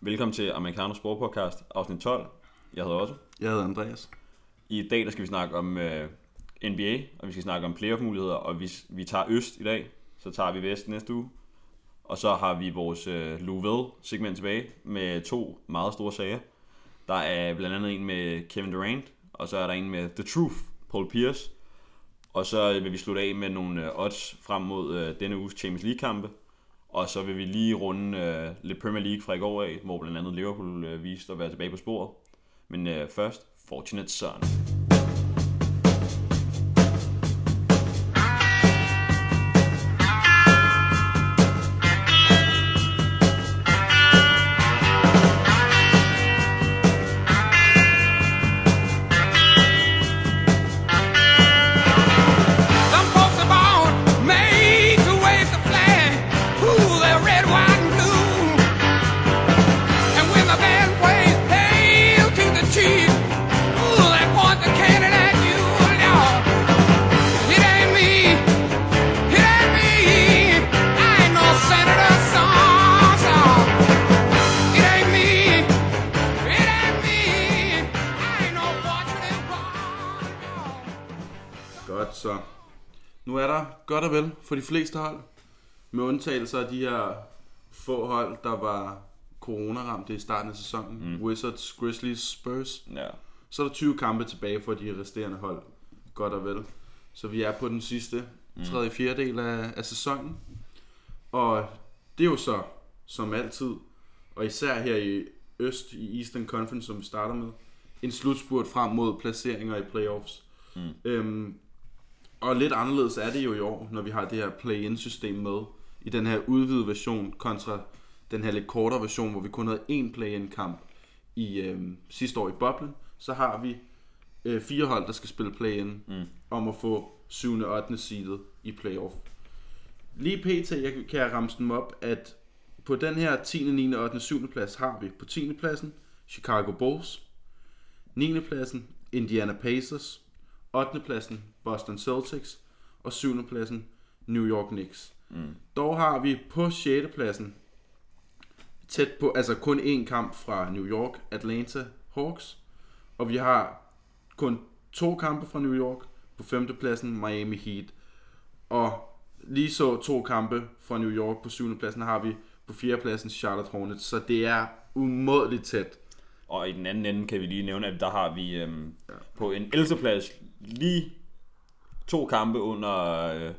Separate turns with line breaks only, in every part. Velkommen til Amerikanos Sprogpodcast, afsnit 12. Jeg hedder også.
Jeg hedder Andreas.
I dag der skal vi snakke om øh, NBA, og vi skal snakke om playoff-muligheder, og vi, vi tager øst i dag, så tager vi vest næste uge. Og så har vi vores øh, Louvel-segment tilbage med to meget store sager. Der er blandt andet en med Kevin Durant, og så er der en med The Truth, Paul Pierce. Og så vil vi slutte af med nogle øh, odds frem mod øh, denne uges Champions League-kampe. Og så vil vi lige runde øh, lidt Premier League fra i går af, hvor blandt andet Liverpool øh, viste at være tilbage på sporet. Men øh, først, Fortunate Son.
Some folks are born made to wave the flag, ooh, they're red, white, and blue. And when the band plays hail to the chief, ooh, they point the cannon at you. No, it ain't me, it ain't me. I ain't no senator, son, son. It ain't me, it ain't me. I ain't no fortunate one. No.
Godt så. Nu er der godt og vel for de fleste hold, med undtagelse af de her få hold, der var corona-ramte i starten af sæsonen. Mm. Wizards, Grizzlies, Spurs.
Ja.
Så er der 20 kampe tilbage for de resterende hold. Godt og vel. Så vi er på den sidste, tredje fjerdedel af, af sæsonen. Og det er jo så, som altid, og især her i Øst, i Eastern Conference, som vi starter med, en slutspurt frem mod placeringer i playoffs. Mm. Øhm, og lidt anderledes er det jo i år, når vi har det her play-in-system med i den her udvidede version kontra den her lidt kortere version, hvor vi kun havde én play-in-kamp i øhm, sidste år i boblen. Så har vi øh, fire hold, der skal spille play-in mm. om at få 7. og 8. seedet i playoff. Lige pt. Jeg, kan jeg ramse dem op, at på den her 10., 9., 8., 7. plads har vi på 10. pladsen Chicago Bulls, 9. pladsen Indiana Pacers, 8. pladsen Boston Celtics og 7. pladsen New York Knicks. Mm. Dog har vi på 6. pladsen tæt på, altså kun én kamp fra New York, Atlanta Hawks, og vi har kun to kampe fra New York på 5. pladsen Miami Heat. Og lige så to kampe fra New York på 7. pladsen har vi på 4. pladsen Charlotte Hornets, så det er umådeligt tæt.
Og i den anden ende kan vi lige nævne, at der har vi øhm, ja. på en 11. plads lige to kampe under øh,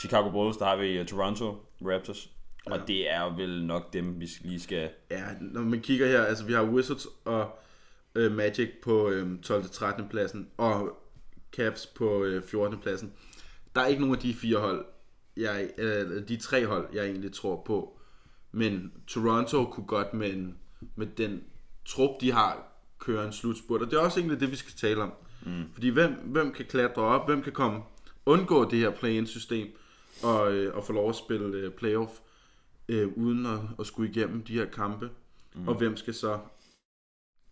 Chicago Bulls, der har vi øh, Toronto Raptors. Og det er vel nok dem, vi skal- lige skal...
Ja, når man kigger her, altså vi har Wizards og øh, Magic på øh, 12. til 13. pladsen, og Cavs på øh, 14. pladsen. Der er ikke nogen af de fire hold, jeg, øh, de tre hold, jeg egentlig tror på. Men Toronto kunne godt med, en, med den trup, de har, køre en slutspurt. Og det er også egentlig det, vi skal tale om. Mm. Fordi hvem, hvem kan klatre op? Hvem kan komme undgå det her play-in-system og, øh, og få lov at spille øh, playoff? øh, uden at, at skulle igennem de her kampe. Mm. Og hvem skal så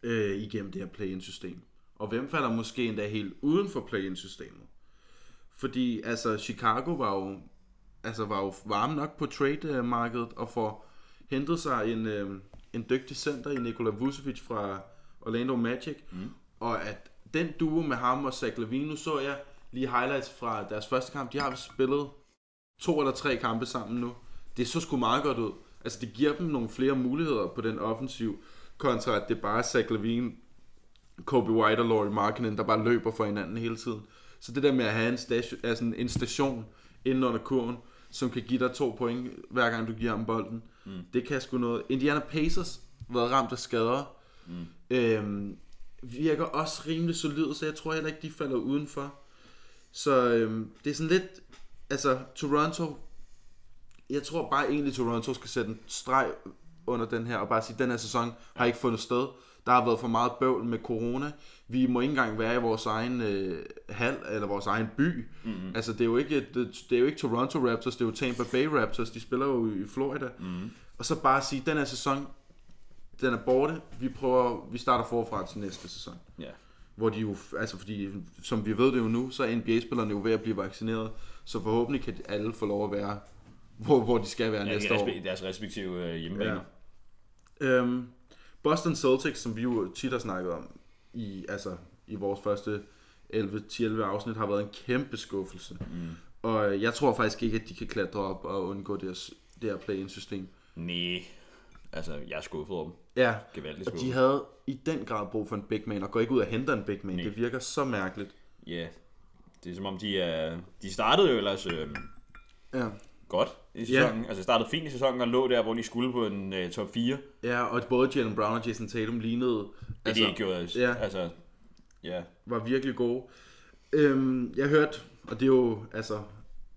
øh, igennem det her play-in-system? Og hvem falder måske endda helt uden for play-in-systemet? Fordi altså, Chicago var jo, altså, var jo varme nok på trade-markedet og får hentet sig en, øh, en dygtig center i Nikola Vucevic fra Orlando Magic. Mm. Og at den duo med ham og Zach Levine, nu så jeg lige highlights fra deres første kamp. De har vist spillet to eller tre kampe sammen nu. Det så sgu meget godt ud. Altså, det giver dem nogle flere muligheder på den offensiv, kontra at det bare er Zach Levine, Kobe White og Laurie Markkinen, der bare løber for hinanden hele tiden. Så det der med at have en station, altså en- en station inden under kurven, som kan give dig to point, hver gang du giver ham bolden, mm. det kan sgu noget. Indiana Pacers har været ramt af skader. Mm. Øhm, virker også rimelig solid, så jeg tror heller ikke, de falder udenfor. Så øhm, det er sådan lidt, altså Toronto, jeg tror bare egentlig, Toronto skal sætte en streg under den her, og bare sige, at den her sæson har ikke fundet sted. Der har været for meget bøvl med corona. Vi må ikke engang være i vores egen øh, hal, eller vores egen by. Mm-hmm. Altså, det er, jo ikke, det, det er jo ikke Toronto Raptors, det er jo Tampa Bay Raptors, de spiller jo i Florida. Mm-hmm. Og så bare sige, at den her sæson, den er borte. Vi prøver, vi starter forfra til næste sæson
Ja.
hvor de jo, altså fordi, som vi ved det jo nu, så er NBA-spillerne jo ved at blive vaccineret, så forhåbentlig kan alle få lov at være, hvor, hvor de skal være
Ja,
næste
i
år.
respe- deres respektive øh,
Ja.
hjemmebaner.
Øhm, Boston Celtics, som vi jo tit har snakket om i, altså, i vores første 11-11 afsnit, har været en kæmpe skuffelse. Mm. Og jeg tror faktisk ikke, at de kan klatre op og undgå deres, det her play-in-system.
Nej. Altså, jeg er skuffet over dem.
Ja,
Gevaldigt
og de
skuffet.
havde i den grad brug for en big man, og går ikke ud og henter en big man.
Nej.
Det virker så mærkeligt.
Ja. Yeah. Det er som om, de er... De startede jo ellers øh,
Ja.
godt i sæsonen. Yeah. Altså, startede fint i sæsonen og lå der, hvor de skulle på en øh, top 4.
Ja, og både Jalen Brown og Jason Tatum lignede,
Det altså, de ikke gjorde.
ja.
Ja. Altså, ja.
var virkelig gode. Øhm, jeg hørte, og det er jo altså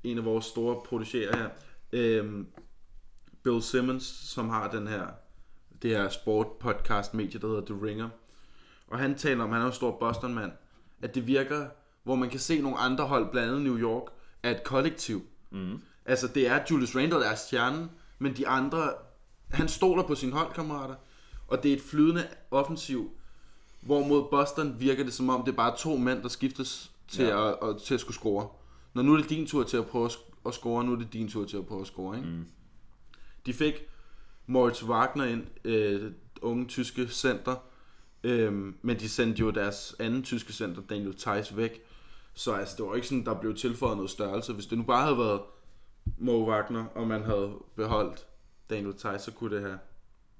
en af vores store producerer her, øhm, Bill Simmons, som har den her, det her sport podcast medie, der hedder The Ringer. Og han taler om, han er jo en stor Boston-mand, at det virker, hvor man kan se nogle andre hold, blandt andet New York, er et kollektiv. Mm. Altså det er Julius Randle, der er stjernen, men de andre, han stoler på sine holdkammerater, og det er et flydende offensiv, hvor mod Boston virker det som om, det er bare to mænd, der skiftes til, ja.
Ja.
at, at, til at skulle score. Når nu er det din tur til at prøve at sk- at score, nu er det din tur til at prøve at score. Ikke? Mm. De fik Moritz Wagner ind, øh, unge tyske center, Øhm, men de sendte jo deres anden tyske center, Daniel Theis, væk. Så altså, det var ikke sådan, der blev tilføjet noget størrelse. Hvis det nu bare havde været Mo Wagner, og man havde beholdt Daniel Theis, så kunne det have...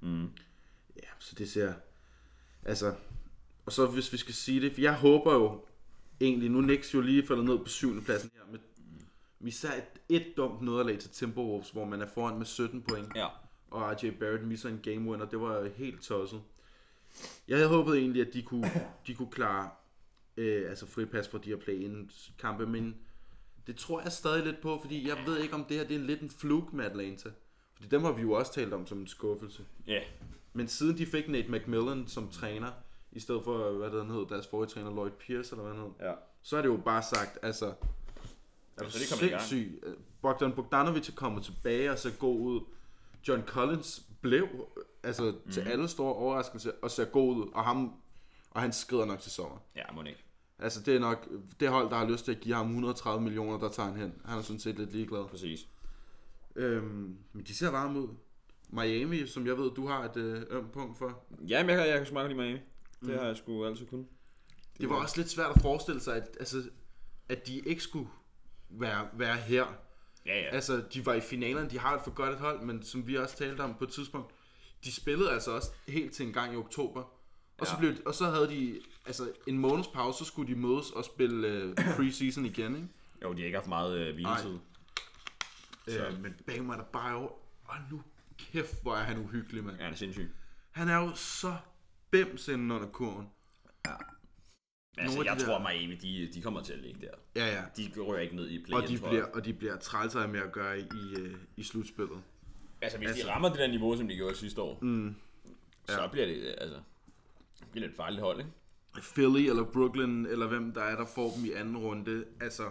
Mm.
Ja, så det ser... Altså... Og så hvis vi skal sige det, for jeg håber jo egentlig, nu Nix jo lige faldet ned på syvende pladsen her, med med især et, et dumt nederlag til Timberwolves, hvor man er foran med 17 point
Ja.
og RJ Barrett misser en game winner. Det var helt tosset. Jeg havde håbet egentlig, at de kunne, de kunne klare øh, altså fripas for de her play kampe, men det tror jeg stadig lidt på, fordi jeg ved ikke, om det her det er lidt en fluke med Atlanta. Fordi dem har vi jo også talt om som en skuffelse.
Ja.
Men siden de fik Nate McMillan som træner, i stedet for, hvad det han hed, deres forrige træner, Lloyd Pierce, eller hvad han hed,
Ja.
så er det jo bare sagt, altså, er du
Så de kommer i gang.
sindssyg? Bogdan Bogdanovic er kommet tilbage og så god ud. John Collins blev, altså
Mhm.
mm. til alle store overraskelse, og ser god ud, og, ham, og han skrider nok til sommer.
Ja, må ikke.
Altså det er nok det hold, der har lyst til at give ham 130 millioner, der tager han hen. Han er sådan set lidt ligeglad.
Præcis.
Øhm, men de ser varme ud. Miami, som jeg ved, du har et øh, ømt punkt for.
Ja, men jeg, kan- jeg kan sgu meget godt lide Miami. Det
Mm.
har jeg sgu altid kun.
Det var også lidt svært at forestille sig, at, altså, at de ikke skulle være, være her.
Ja, ja.
Altså, de var i finalen, de har et for godt et hold, men som vi også talte om på et tidspunkt, de spillede altså også helt til en gang i oktober. Og, så,
Ja.
blev, og så havde de altså, en måneds pause, så skulle de mødes og spille øh, preseason igen, ikke?
Jo, de har ikke haft meget øh, hviletid.
Nej. Øh, men bag mig der bare over, og nu kæft, hvor er han uhyggelig, mand.
Ja, han er sindssyg.
Han er jo så bimsen under kurven.
Men altså,
Nogle af
jeg
de
tror,
der-
Miami, de, de kommer til at ligge der.
Ja, ja.
De rører ikke ned i play
Og de, bliver, og de bliver trælsere med at gøre i, i, øh, i slutspillet.
Altså, hvis
altså-
de rammer det der niveau, som de gjorde sidste år, mm. så bliver det, altså, det bliver lidt farligt hold, ikke?
Philly eller Brooklyn, eller hvem der er, der får dem i anden runde, altså,
Altså,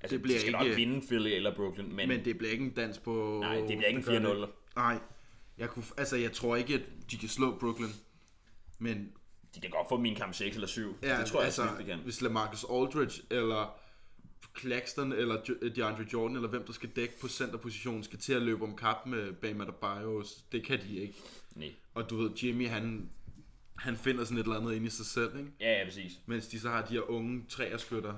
altså det bliver
de skal
ikke...
nok vinde Philly eller Brooklyn, men,
Men det bliver ikke en dans på...
Mm. nej, det bliver ikke en
gør det.
4-0.
Nej. Jeg, kunne, altså, jeg tror ikke, at de kan slå Brooklyn. Men
De kan godt få min kamp 6 eller 7.
ja,
det tror jeg,
altså,
altså, de kan.
hvis LaMarcus Aldridge eller Claxton eller Jo- øh, DeAndre Jordan, eller hvem der skal dække på centerpositionen, skal til at løbe om kap med Bam Adebayo, det kan de ikke.
Nej.
Og du ved, Jimmy, han, han finder sådan et eller andet inde i sig selv, ikke?
Ja, ja, præcis.
Mens de så har de her unge træerskytter.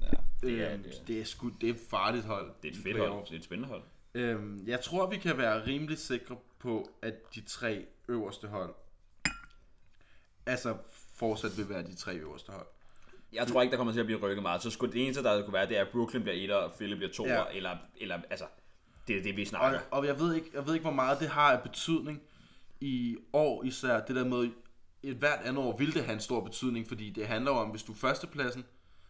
Ja, det, er,
Øhm,
det, er,
det, er sgu, det er et farligt hold.
det er
i
et fedt
playoffs.
hold. Det er et spændende hold.
Øhm, jeg tror, vi kan være rimelig sikre på, at de tre øverste hold, altså fortsat vil være de tre øverste hold.
Jeg tror ikke, der kommer til at blive rykket meget. Så skulle det eneste, der kunne være, det er, at Brooklyn bliver etter, og Philly bliver toer,
Ja.
ja. eller, eller altså, det er det, vi
Og,
snakker.
og jeg, ved ikke, jeg ved ikke, hvor meget det har af betydning i år især, det der med, et hvert andet år vil det have en stor betydning, fordi det handler jo om, hvis du er førstepladsen,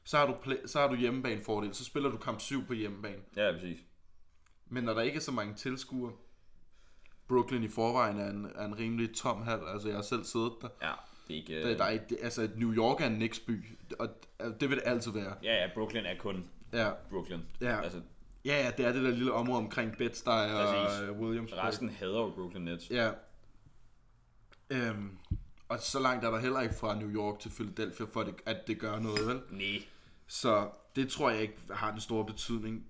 så har du, pla- så har du hjemmebanefordel, så spiller du kamp 7 på hjemmebane.
Ja, præcis.
Men når der ikke er så mange tilskuere, Brooklyn i forvejen er en, er en rimelig tom hal, altså jeg har selv siddet der,
Ja, det er ikke... øh,
Der, der er et, altså, New York er en Knicks-by, og altså, det vil det altid være.
Ja, ja, Brooklyn er kun
Ja,
Brooklyn.
Ja.
Altså,
ja, ja det er det der lille område omkring Bed-Stuy og
Præcis.
øh, Williamsburg.
resten hader jo Brooklyn Nets. Ja.
Ja. Øhm, og så langt er der heller ikke fra New York til Philadelphia, for det, at det gør noget, vel?
Nej.
Så det tror jeg ikke har den store betydning.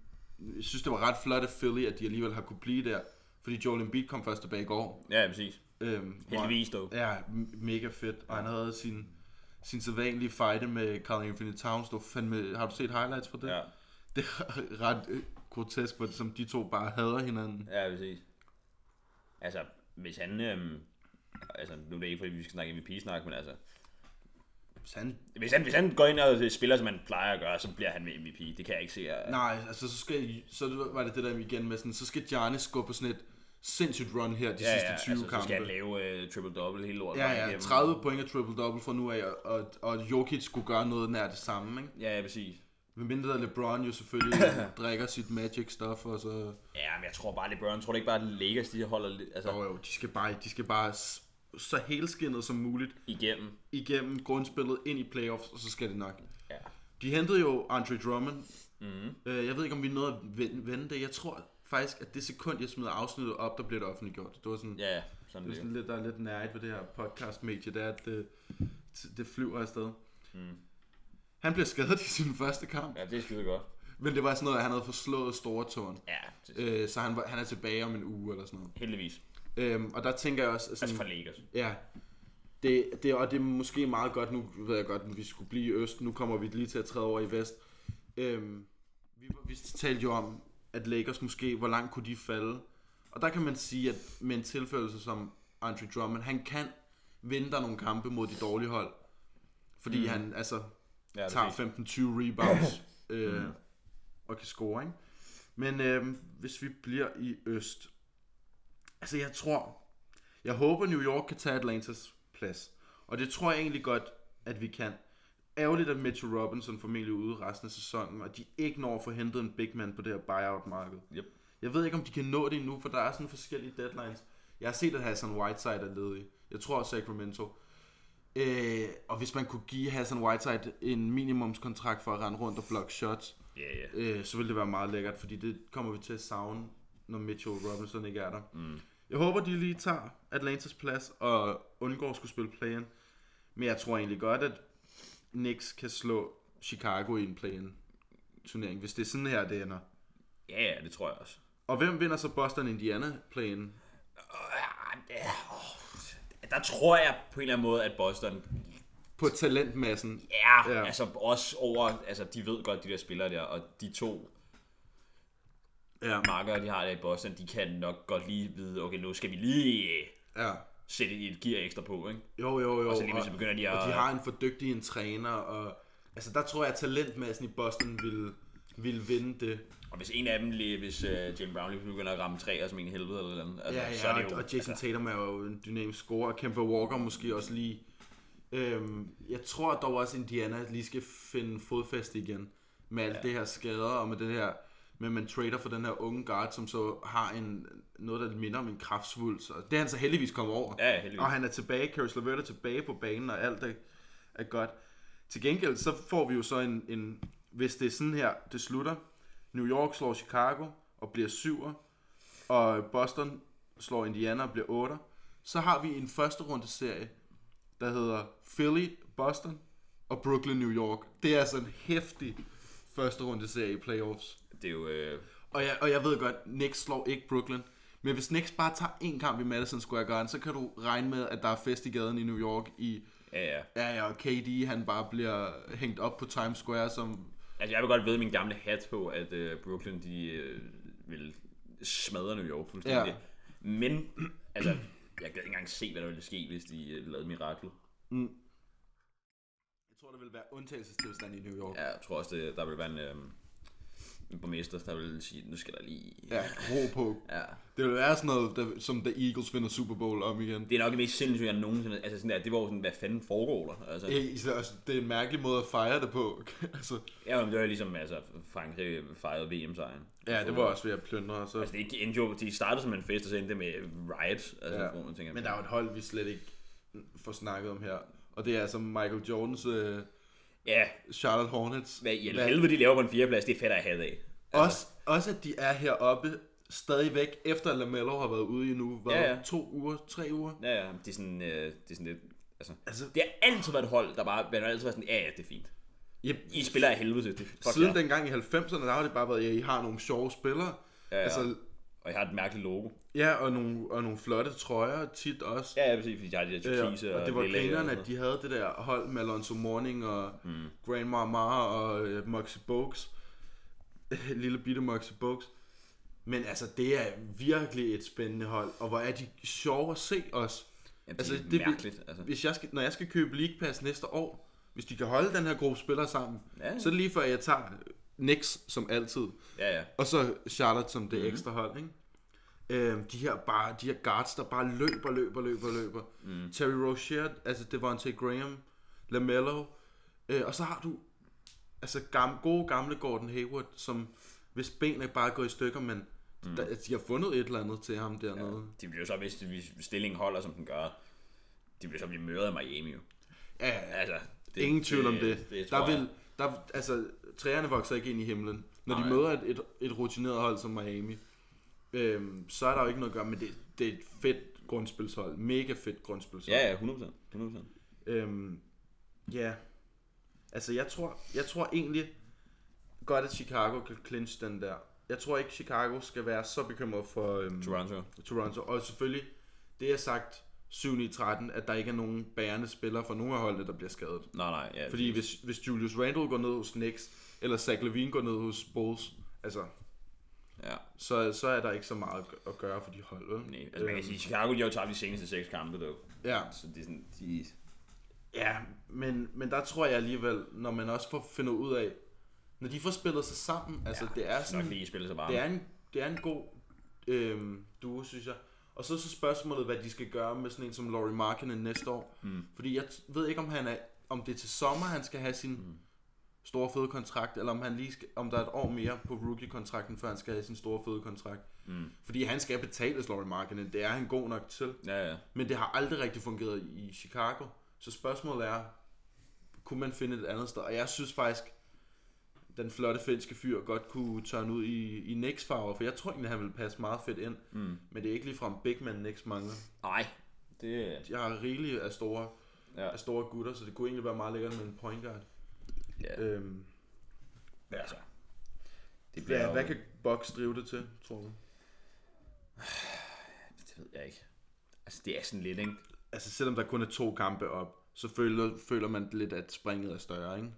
Jeg synes, det var ret flot af Philly, at de alligevel har kunne blive der, fordi Joel Embiid kom først tilbage i går.
Ja, ja, præcis.
Øhm, hvor-
Heldigvis dog.
Ja, m- mega fedt. Og han havde sin, sin sædvanlige fight med Carl Anthony Towns. Du fandme, har du set highlights fra det?
Ja,
Det er ret øh, grotesk, hvor som de to bare hader hinanden.
ja præcis. Altså, hvis han... Øhm, altså, nu er det ikke, fordi vi skal snakke MVP-snak, men altså...
Så han,
Hvis han, hvis han går ind og spiller, som han plejer at gøre, så bliver han med MVP. Det kan jeg ikke se. Jeg,
nej, altså så, skal, så var det det der igen med sådan, så skal Giannis gå på sådan et sindssygt run her de ja, sidste 20
altså, så
kampe.
skal han lave uh, triple-double hele lortet. vejen
Ja, ja,
igennem.
30 point af triple-double fra nu af, og, og, og Jokic skulle gøre noget nær det samme, ikke?
Ja, ja, præcis.
Men mindre LeBron jo selvfølgelig drikker sit magic stuff, og så...
Ja, men jeg tror bare, LeBron, tror du ikke bare, at Lakers, de holder lidt, altså,
Jo, jo, de skal bare, de skal bare s- så helskinnet som muligt
igennem.
igennem grundspillet ind i playoffs, og så skal det nok.
Ja.
De hentede jo Andre Drummond.
Mhm.
Mm-hmm. Øh, jeg ved ikke, om vi nåede at ven- vende det. Jeg tror faktisk, at det sekund, jeg smider afsnittet op, der bliver det offentliggjort. Det var sådan,
Ja, ja, sådan
det
det.
er sådan lidt, der er lidt nærigt ved det her podcast-medie, det er, at det, det flyver afsted. Mm. Han blev skadet i sin første kamp,
Mhm. Ja, det er skide godt.
men det var sådan noget, at han havde forslået store tårn.
Ja, det,
Øh, så han, var, han er tilbage om en uge eller sådan noget.
heldigvis.
Øhm, og der tænker jeg også... at
Altså
Sådan,
for Lakers.
Ja. Det, det, og det er måske meget godt, nu ved jeg godt, at vi skulle blive i øst, nu kommer vi lige til at træde over i vest. Øhm, vi, var- vi talte jo om, at Lakers måske, hvor langt kunne de falde? Og der kan man sige, at med en tilfælde som Andre Drummond, han kan vinde der nogle kampe mod de dårlige hold. Fordi mm. han altså
Ja,
tager
præcis.
15-20 rebounds øh, og kan score, ikke? Men øh, hvis vi bliver i øst, altså jeg tror, jeg håber New York kan tage Atlantas plads, og det tror jeg egentlig godt, at vi kan. Ærgerligt, at Mitchell Robinson formentlig er ude resten af sæsonen, og de ikke når at få hentet en big man på det her buyout-marked.
Yep.
Jeg ved ikke, om de kan nå det endnu, for der er sådan forskellige deadlines. Jeg har set, at Hassan Whiteside er ledig. Jeg tror også Sacramento. Øh, og hvis man kunne give Hassan Whiteside en minimumskontrakt for at rende rundt og blokke shots,
Ja, ja.
øh, så ville det være meget lækkert, fordi det kommer vi til at savne, når Mitchell Robinson ikke er der. Mm. Jeg håber, de lige tager Atlantas plads og undgår at skulle spille play-in. Men jeg tror egentlig godt, at Knicks kan slå Chicago i en play-in turnering, hvis det er sådan her, det ender.
Ja, ja, det tror jeg også.
Og hvem vinder så Boston Indiana playen?
Ah, det er, åh, der tror jeg på en eller anden måde, at Boston
På talentmassen.
er,
Ja.
ja. altså også over, altså de ved godt, de der spillere der, og de to
Ja.
markere, de har der i Boston, de kan nok godt lige vide, okay, nu skal vi lige
ja.
sætte et gear ekstra på, ikke?
Jo, jo, jo. Og,
så lige pludselig begynder de at-
og de har en for dygtig en træner. Og, altså der tror jeg, at talentmassen i Boston vil, vil vinde det.
Og hvis en af dem, lige, hvis uh, Jim Brown lige begynder at ramme træer som en helvede eller noget, andet, altså,
Ja, ja,
så er det
og-
jo...
og Jason Tatum er jo en dynamisk scorer. Kemper Walker måske også lige. Øhm, jeg tror dog også, at Indiana lige skal finde fodfæste igen. Med alt ja. det her skader og med det her med at man trader for den her unge guard, som så har en, noget, der minder om en kraftsvulst. Og det er han så heldigvis kommet over.
Ja, ja, heldigvis.
Og han er tilbage, Caris LeVert er tilbage på banen, og alt er, er godt. Til gengæld, så får vi jo så en, en, hvis det er sådan her, det slutter, New York slår Chicago og bliver syver, og Boston slår Indiana og bliver otter, så har vi en første runde serie, der hedder Philly, Boston og Brooklyn, New York. Det er altså en hæftig første runde serie i playoffs.
Det er jo... Øh,
Og jeg, og jeg ved godt, Knicks slår ikke Brooklyn. Men hvis Knicks bare tager en kamp i Madison Square Garden, så kan du regne med, at der er fest i gaden i New York. I,
ja, ja.
ja, ja, og KD han bare bliver hængt op på Times Square som...
Altså, jeg vil godt vide min gamle hat på, at øh, Brooklyn, de øh, vil smadre New York fuldstændig. Ja.
Ja.
Men, altså, jeg gad ikke engang se, hvad der ville ske, hvis de øh, lavede mirakel.
Jeg tror, der vil være undtagelsestilstand i New York.
Ja, jeg tror også, det, der vil være en, øh, en borgmester, der vil sige, nu skal der lige...
Ja, ro på.
ja.
Det vil være sådan noget, der, som The Eagles vinder Super Bowl om igen.
Det er nok det mest sindssyge, jeg nogensinde... Altså, sådan der, det var jo sådan, hvad fanden foregår der? Altså,
Det, er- altså, det er en mærkelig måde at fejre det på. altså,
ja, men det var ligesom, altså, Frankrig fejrede VM-sejren.
ja, det var også ved at plyndre. Så.
Altså, det er ikke en joke. De startede som en fest, og så endte det med riots. Altså, ja. hvor man tænker,
Men der er jo et hold, vi slet ikke får snakket om her. Og det er altså Michael Jordans øh,
ja,
Charlotte Hornets.
hvad i helvede de laver på en fjerdeplads, det er fedt at have af.
Også, også at de er heroppe stadigvæk, efter LaMelo har været ude i nu, hvad,
Ja, ja.
to uger, tre uger.
Ja, ja, det er sådan, øh, det er sådan lidt... Altså,
Altså-
altså, det har altid været et hold, der bare... Man har altid været sådan, ja, ja, det er fint.
Yep.
I spiller af helvede til det. Fuck
Siden
jer.
dengang i 90'erne, der har det bare været, ja, I har nogle sjove spillere.
ja.
Altså,
Og jeg har et mærkeligt logo.
Ja, og nogle, og nogle flotte trøjer tit også.
Ja, ja, præcis, fordi jeg har de der turkise
og det var
lilla og
grineren,
sådan
at de havde det der hold med Alonso Morning og mm. Grandma Mara og øh, Moxie Bogues. Lille bitte Moxie Bogues. Men altså, det er virkelig et spændende hold, og hvor er de sjove at se os.
Jamen,
altså,
det er mærkeligt, altså.
Hvis jeg skal, når jeg skal købe League Pass næste år, hvis de kan holde den her gruppe spillere sammen,
Ja.
så er det lige før jeg tager Nix som altid,
noget. Ja, ja.
og så Charlotte som det mm-hmm. ekstra hold, ikke? Øhm, de her bare de her guards der bare løber løber løber løber mm. Terry Rozier altså Devontae Graham Lamello øh, og så har du altså gam, gode gamle Gordon Hayward som hvis benene bare går i stykker men mm. der, de har fundet et eller andet til ham dernede
De bliver så, hvis, hvis stillingen holder, som den gør, de bliver så blive møret af Miami jo.
ja, ja, ja.
Altså,
Det, Ingen tvivl om det.
Det, det tror
der
jeg.
vil, der, altså, træerne vokser ikke ind i himlen. Når
Nej.
de møder et, et, et rutineret hold som Miami, øhm, så er der jo ikke noget at gøre, men det, det er et fedt grundspilshold. Mega fedt grundspilshold.
Ja, ja, 100%. 100%.
Øhm, ja. Altså, jeg tror, jeg tror egentlig godt, at Chicago kan clinch den der. Jeg tror ikke, Chicago skal være så bekymret for øhm,
Toronto.
Toronto. Og selvfølgelig, det er sagt 7-13, at der ikke er nogen bærende spillere fra nogen af holdene, der bliver skadet.
Nej, nej, ja.
Fordi hvis, hvis Julius Randle går ned hos Knicks, eller Zach Levine går ned hos Bulls, altså,
Ja.
så, så er der ikke så meget at gø- at gøre for de hold, vel?
Nej, altså
øhm.
man kan sige, Chicago de har jo tabt de seneste seks kampe, dog.
Ja,
Så det er sådan, de...
ja men, men der tror jeg alligevel, når man også får finder ud af, når de får spillet sig sammen, altså det er
nok
sådan,
lige spillet sig varme.
det er en, det er en god øhm, duo, synes jeg. Og så er så spørgsmålet, hvad de skal gøre med sådan en som Laurie Markkinen næste år. Mm. Fordi jeg t- ved ikke, om han er, om det er til sommer, han skal have sin mm. store fede kontrakt, eller om, han lige skal, om der er et år mere på rookie-kontrakten, før han skal have sin store fede kontrakt. Mm. Fordi han skal betales Laurie Markkinen, det er han god nok til.
Ja, ja.
Men det har aldrig rigtig fungeret i Chicago. Så spørgsmålet er, kunne man finde et andet sted? Og jeg synes faktisk, den flotte finske fyr godt kunne tørne ud i, i Knicks farver, for jeg tror egentlig, han ville passe meget fedt ind. Mm. Men det er ikke ligefrem Big Man Knicks mangler.
Nej, det...
De har rigeligt af store,
Ja.
af store gutter, så det kunne egentlig være meget lækkert med en point guard.
Ja.
Øhm,
Altså. Det bliver
hvad,
jo-
hvad kan Box drive det til, tror du?
Det ved jeg ikke. Altså, det er sådan lidt, ikke?
Altså selvom der kun er to kampe op, så føler, føler man lidt, at springet er større, ikke?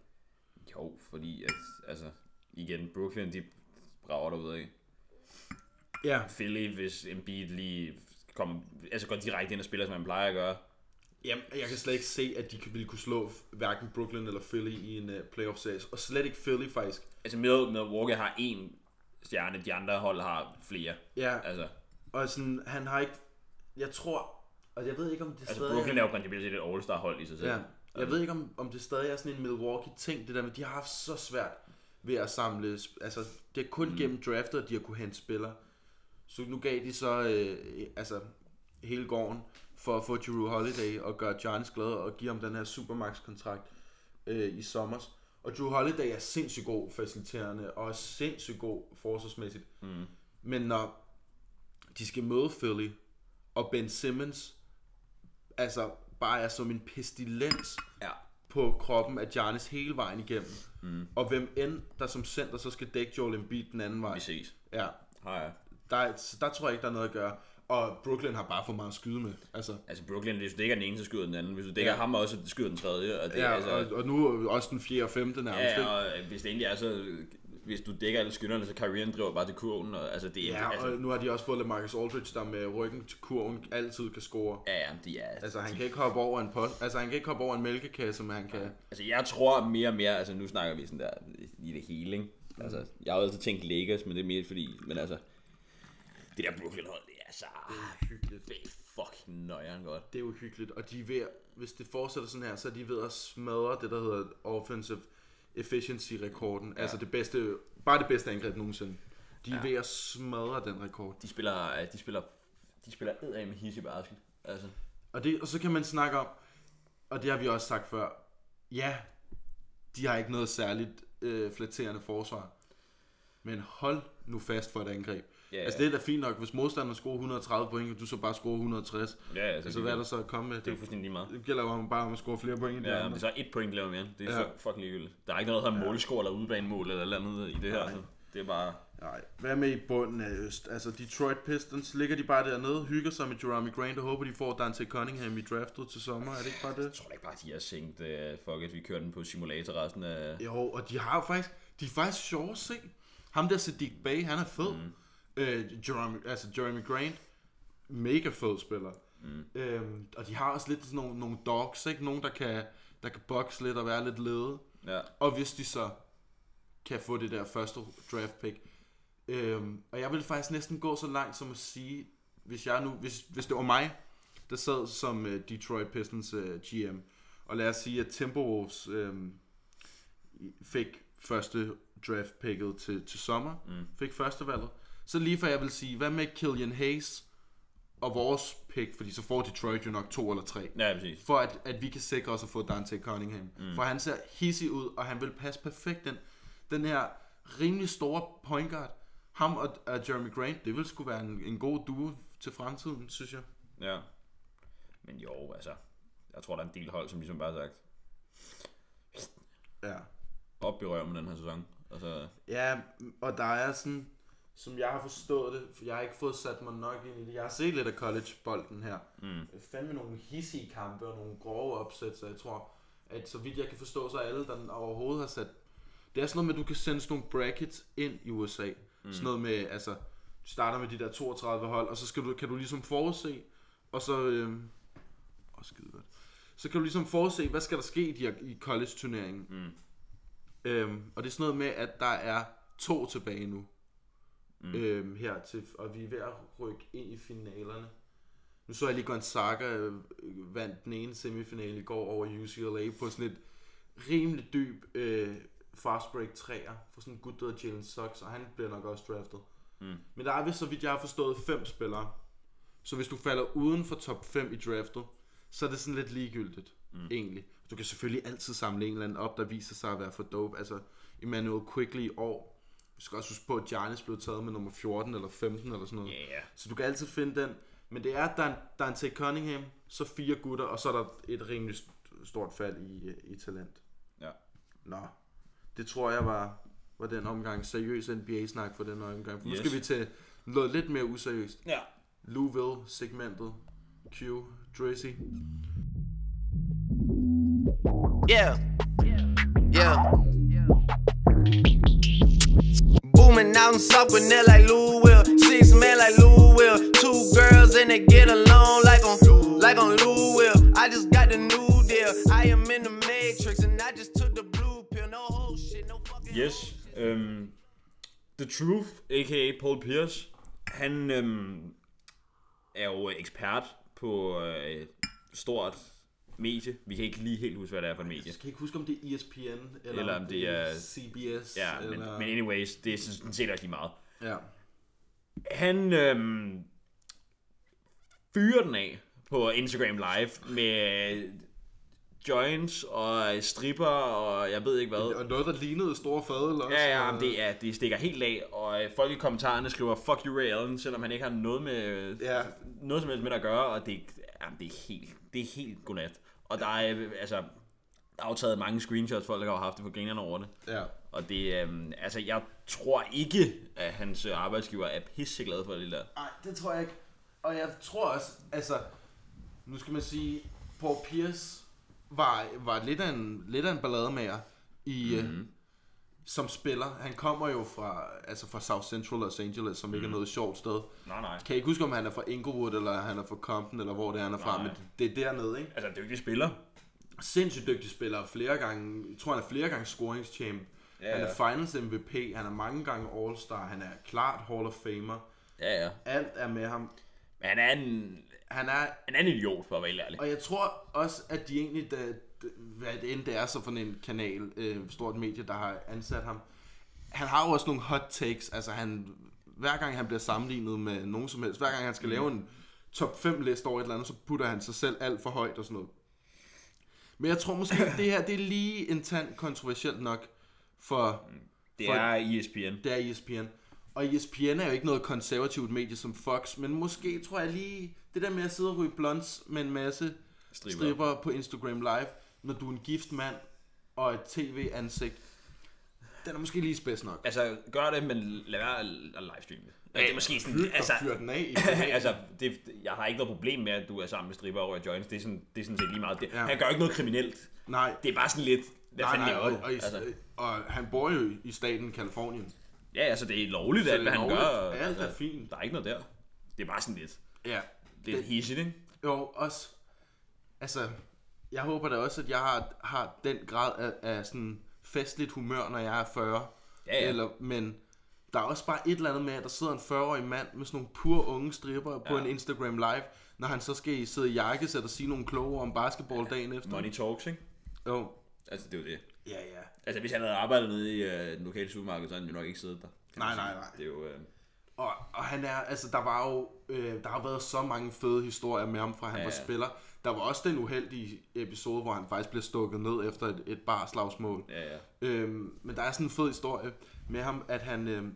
Jo, fordi at, altså, igen, Brooklyn, de brager derudad, ikke?
Ja,
Philly, hvis Embiid lige kommer, altså går direkte ind og spiller, som han plejer at gøre.
Jamen, jeg kan slet ikke se, at de kan- ville kunne slå hverken Brooklyn eller Philly i en uh, playoff series Og slet ikke Philly, faktisk.
Altså, med, med Walker har én stjerne, de andre hold har flere.
Ja,
Altså,
og sådan, han har ikke... Jeg tror... Og jeg ved ikke, om det
altså
stadig
Brooklyn er jo principielt set et all-star hold i sig selv.
Ja. Jeg ved ikke, om, om det stadig er sådan en Milwaukee-ting, det der med, de har haft så svært ved at samle... sp- Altså, det er kun mm. gennem draftet, at de har kunne hente spillere. Så nu gav de så øh, altså, hele gården for at få Drew Holiday og gøre Giannis glad og give ham den her Supermax-kontrakt øh, i sommer. Og Drew Holiday er sindssygt god faciliterende og også sindssygt god forsvarsmæssigt. Mm. Men når de skal møde Philly, og Ben Simmons altså bare er som en pestilens
Ja.
på kroppen af Giannis hele vejen igennem. Mm. Og hvem end der som center så skal dække Joel Embiid den anden vej.
Vi ses.
Ja,
Har jeg.
der, er- så der tror jeg ikke, der er noget at gøre. Og Brooklyn har bare for meget at skyde med. Altså,
Altså Brooklyn, hvis du dækker den ene, så skyder den anden. Hvis du dækker ja.
Ja.
ham også, så skyder den tredje. Og det, ja,
ja,
altså,
og, og nu er jo også den fjerde og femte nærmest.
ja,
ikke?
og øh, hvis det egentlig er, så hvis du dækker alle skynderne, så Kyrie driver bare til kurven. Og, altså, det er,
ja,
altså,
og nu har de også fået LaMarcus Aldridge, der med ryggen til kurven altid kan score.
ja, ja, de er,
Altså, han kan ikke hoppe over en post. Altså, han kan ikke hoppe over en mælkekasse, men han kan...
Altså, jeg tror mere og mere, altså nu snakker vi sådan der i det hele, ikke?
Mm.
Altså, jeg har jo altid tænkt Lakers, men det er mere fordi, men altså, det der Brooklyn hold, det er så
Hyggeligt.
det er fucking nøjeren godt.
Det er uhyggeligt, og de er ved, at- hvis det fortsætter sådan her, så er de ved at smadre det, der hedder offensive efficiency-rekorden. Ja. Altså det bedste, bare det bedste angreb nogensinde. De er ja. ved at smadre den rekord.
De spiller, øh, de spiller, de spiller eddermame med hisse basket. Altså,
Og, det, og så kan man snakke om, og det har vi også sagt før, ja, de har ikke noget særligt øh, flatterende forsvar. Men hold nu fast for et angreb.
Ja,
Ja,
ja.
Altså det er da fint nok, hvis modstanderen scorer 130 point, og du så bare scorer 160.
Ja, ja, så
altså,
kan
hvad er
vi-
der så at komme med?
det er jo
Det,
fuldstændig lige meget.
det gælder jo bare om at score flere point end de
Ja,
andre.
men det er så et point, laver mere. Det er
Ja.
ja. fucking ligegyldigt. Der er ikke noget, der hedder målscore eller udebanemål eller noget andet i det her. Altså. Det er bare...
Nej, hvad med i bunden af øst? Altså Detroit Pistons, ligger de bare dernede, hygger sig med Jeremy Grant og håber, de får Dante Cunningham i draftet til sommer, er det ikke bare
Jeg
det?
tror da ikke bare, de har sænkt, uh, fuck it, vi kører den på simulator resten af...
Jo, og de har jo faktisk, de er faktisk sjove at se. Ham der Sadiq Bay, han er fed. Mm. Øh, Jeremy, altså Jeremy Grant, mega fed spiller. Mm. Øhm, og de har også lidt sådan nogle, nogle dogs, ikke? Nogen, der kan, der kan boxe lidt og være lidt lede.
Ja.
Og hvis de så kan få det der første draft pick. Øhm, og jeg vil faktisk næsten gå så langt som at sige, hvis jeg nu, hvis, hvis det var mig, der sad som øh, Detroit Pistons øh, GM, og lad os sige, at Timberwolves øh, fik første draft picket til, til sommer, mm. fik første valget, så lige før jeg vil sige, hvad med Killian Hayes og vores pick, fordi så får Detroit jo nok to eller tre
Ja, præcis.
for at, at vi kan sikre os at få Dante Cunningham. Mm. For han ser hissig ud, og han vil passe perfekt den, den her rimelig store point guard. Ham og, og Jeremy Grant, det vil sgu være en, en god duo til fremtiden, synes jeg.
Ja. Men jo, altså, jeg tror, der er en del hold, som ligesom bare har sagt,
Ja.
op i røven med den her sæson. Altså,
ja, og der er sådan, som jeg har forstået det, for jeg har ikke fået sat mig nok ind i det. Jeg har set lidt af college-bolden her. Mm. Fandme nogle hissige kampe og nogle grove opsæt, så jeg tror, at så vidt jeg kan forstå, så er alle, der overhovedet har sat Det er sådan noget med, at du kan sende sådan nogle brackets ind i USA. Mm. Sådan noget med, altså, du starter med de der 32 hold, og så skal du, kan du ligesom forudse, og så, øh, åh, skide godt. Så kan du ligesom forudse, hvad skal der ske i, de her- i college-turneringen. Mm. Øhm, og det er sådan noget med, at der er to tilbage nu. Mm. Øhm, her til, og vi er ved at rykke ind i finalerne. Nu så jeg lige Gonzaga øh, vandt den ene semifinale i går over UCLA på sådan et rimelig dyb øh, fast break træer for sådan en gut, der hedder Jalen Suggs, og han bliver nok også draftet. Mm. Men der er vist, så vidt jeg har forstået, fem spillere. Så hvis du falder uden for top 5 i draftet, så er det sådan lidt ligegyldigt, mm. egentlig. Du kan selvfølgelig altid samle en eller anden op, der viser sig at være for dope. Altså, Emmanuel Quickly i år. Vi skal også huske på, at Giannis blev taget med nummer 14 eller 15 eller sådan noget.
Ja.
Så du kan altid finde den. Men det er, at der er en, der er en Tate Cunningham, så fire gutter, og så er der et rimelig st- stort fald i, øh, i talent.
ja.
Nå, det tror jeg var, var den omgang. Seriøs NBA-snak for den omgang. For yes.
Yes.
Nu skal vi til noget lidt mere useriøst.
Ja.
Louisville-segmentet. Q, Drizzy.
Yeah. Yeah. Booming out in South Vanilla like Louisville. Six men like Louisville. Two girls and they get along like on, like on Louisville. I just got the new deal. I am in the matrix and I just took the blue pill. No whole shit, no fucking.
Yes. Øhm, The Truth, a.k.a. Paul Pierce, han øhm, er jo ekspert på øh, et stort medie. Vi kan ikke lige helt huske, hvad det er for et medie.
Jeg kan ikke huske, om det er E ESPN, eller,
Eller om det er-
CBS.
Ja, men,
eller...
men anyways, det er sådan set også lige meget.
Ja.
Han øhm, fyrer den af på Instagram Live med joints og stripper og jeg ved ikke hvad.
Og noget, der lignede store fadøl også. øh,
Ja, ja, men det, er, det stikker helt af, og øh, folk i kommentarerne skriver, fuck you Ray Allen, selvom han ikke har noget med, øh,
Ja.
noget som helst med det at gøre, og det, jamen, det er helt, det er helt godnat. Og der er, øh, altså, der er jo taget mange screenshots, folk der har haft det på grinerne over det.
Ja.
Og det, øh, altså, jeg tror ikke, at hans øh, arbejdsgiver er pisseglad for det der.
Nej, det tror jeg ikke. Og jeg tror også, altså, nu skal man sige, Paul Pierce var, var lidt, af en, lidt af en ballademager i, mm-hmm.
Mhm.
øh, som spiller. Han kommer jo fra, altså fra South Central Los Angeles, som mm. ikke er noget sjovt sted.
Mhm. Nej, nej.
Kan jeg ikke huske, om han er fra Inglewood, eller han er fra Compton, eller hvor det er, han er fra,
Nej.
men det er dernede, ikke?
Altså, dygtig spiller.
Sindssygt dygtig spiller, flere gange, jeg tror han er flere gange scoringschamp.
Ja,
han er
ja.
finals MVP, han er mange gange All-Star, han er klart Hall of Famer.
Ja, ja.
Alt er med ham.
Men han er en,
Han er
han er en idiot, for at være helt ærlig.
Og jeg tror også, at de egentlig, da, da- hvad det end det er så for en kanal, øh, stort medie, der har ansat ham, han har jo også nogle hot takes, altså han, hver gang han bliver sammenlignet med nogen som helst, hver gang han skal lave en top 5 liste over et eller andet, så putter han sig selv alt for højt og sådan noget. Men jeg tror måske, at det her, det er lige en tand kontroversielt nok for,
Det
for-
er E ESPN.
det er E ESPN. Og E ESPN er jo ikke noget konservativt medie som Fox, men måske tror jeg lige, det der med at sidde og ryge blonds med en masse
Striber.
striber, striber på Instagram Live, når du er en gift mand og et tv-ansigt, Den er måske lige spids nok.
Altså, gør det, men lad være at livestreame det. Ja, det er måske sådan, altså,
Og fyr den af. i
altså, det, jeg har ikke noget problem med, at du er sammen med stripper og rører joints. Det er sådan, det er sådan set lige meget. Det,
Ja.
Han gør ikke noget kriminelt.
Nej.
Det er bare sådan lidt, hvad
Nej,
fanden
nej,
laver du?
og, og, i,
Altså,
og han bor jo i staten Kalifornien.
ja, altså, det er lovligt,
det er
alt, hvad han
lovligt.
gør.
Alt er
altså,
fint.
Der er ikke noget der. Det er bare sådan lidt,
Ja.
det er hissigt, ikke?
Jo, også... Altså, jeg håber da også, at jeg har, har den grad af, af sådan festligt humør, når jeg er 40.
Ja, ja.
Eller, men der er også bare et eller andet med, at der sidder en 40-årig mand med sådan nogle pure unge stripper på en Instagram live, når han så skal sidde i jakkesæt og sige nogle kloge ord om basketball dagen efter.
Money talks, ikke?
Jo.
Altså, det er jo det.
Ja, ja.
Altså, hvis han havde arbejdet nede i øh, den lokale supermarked, så havde han jo nok ikke siddet der. kan man
Nej, nej,
sige.
nej.
Det er jo... Øh,
Og, og han er, altså der var jo, øh, der har været så mange fede historier med ham, fra han ja,
Ja,
var
ja.
spiller. Der var også den uheldige episode, hvor han faktisk blev stukket ned efter et, et barslagsmål.
ja, ja.
Øhm, men der er sådan en fed historie med ham, at han, øhm,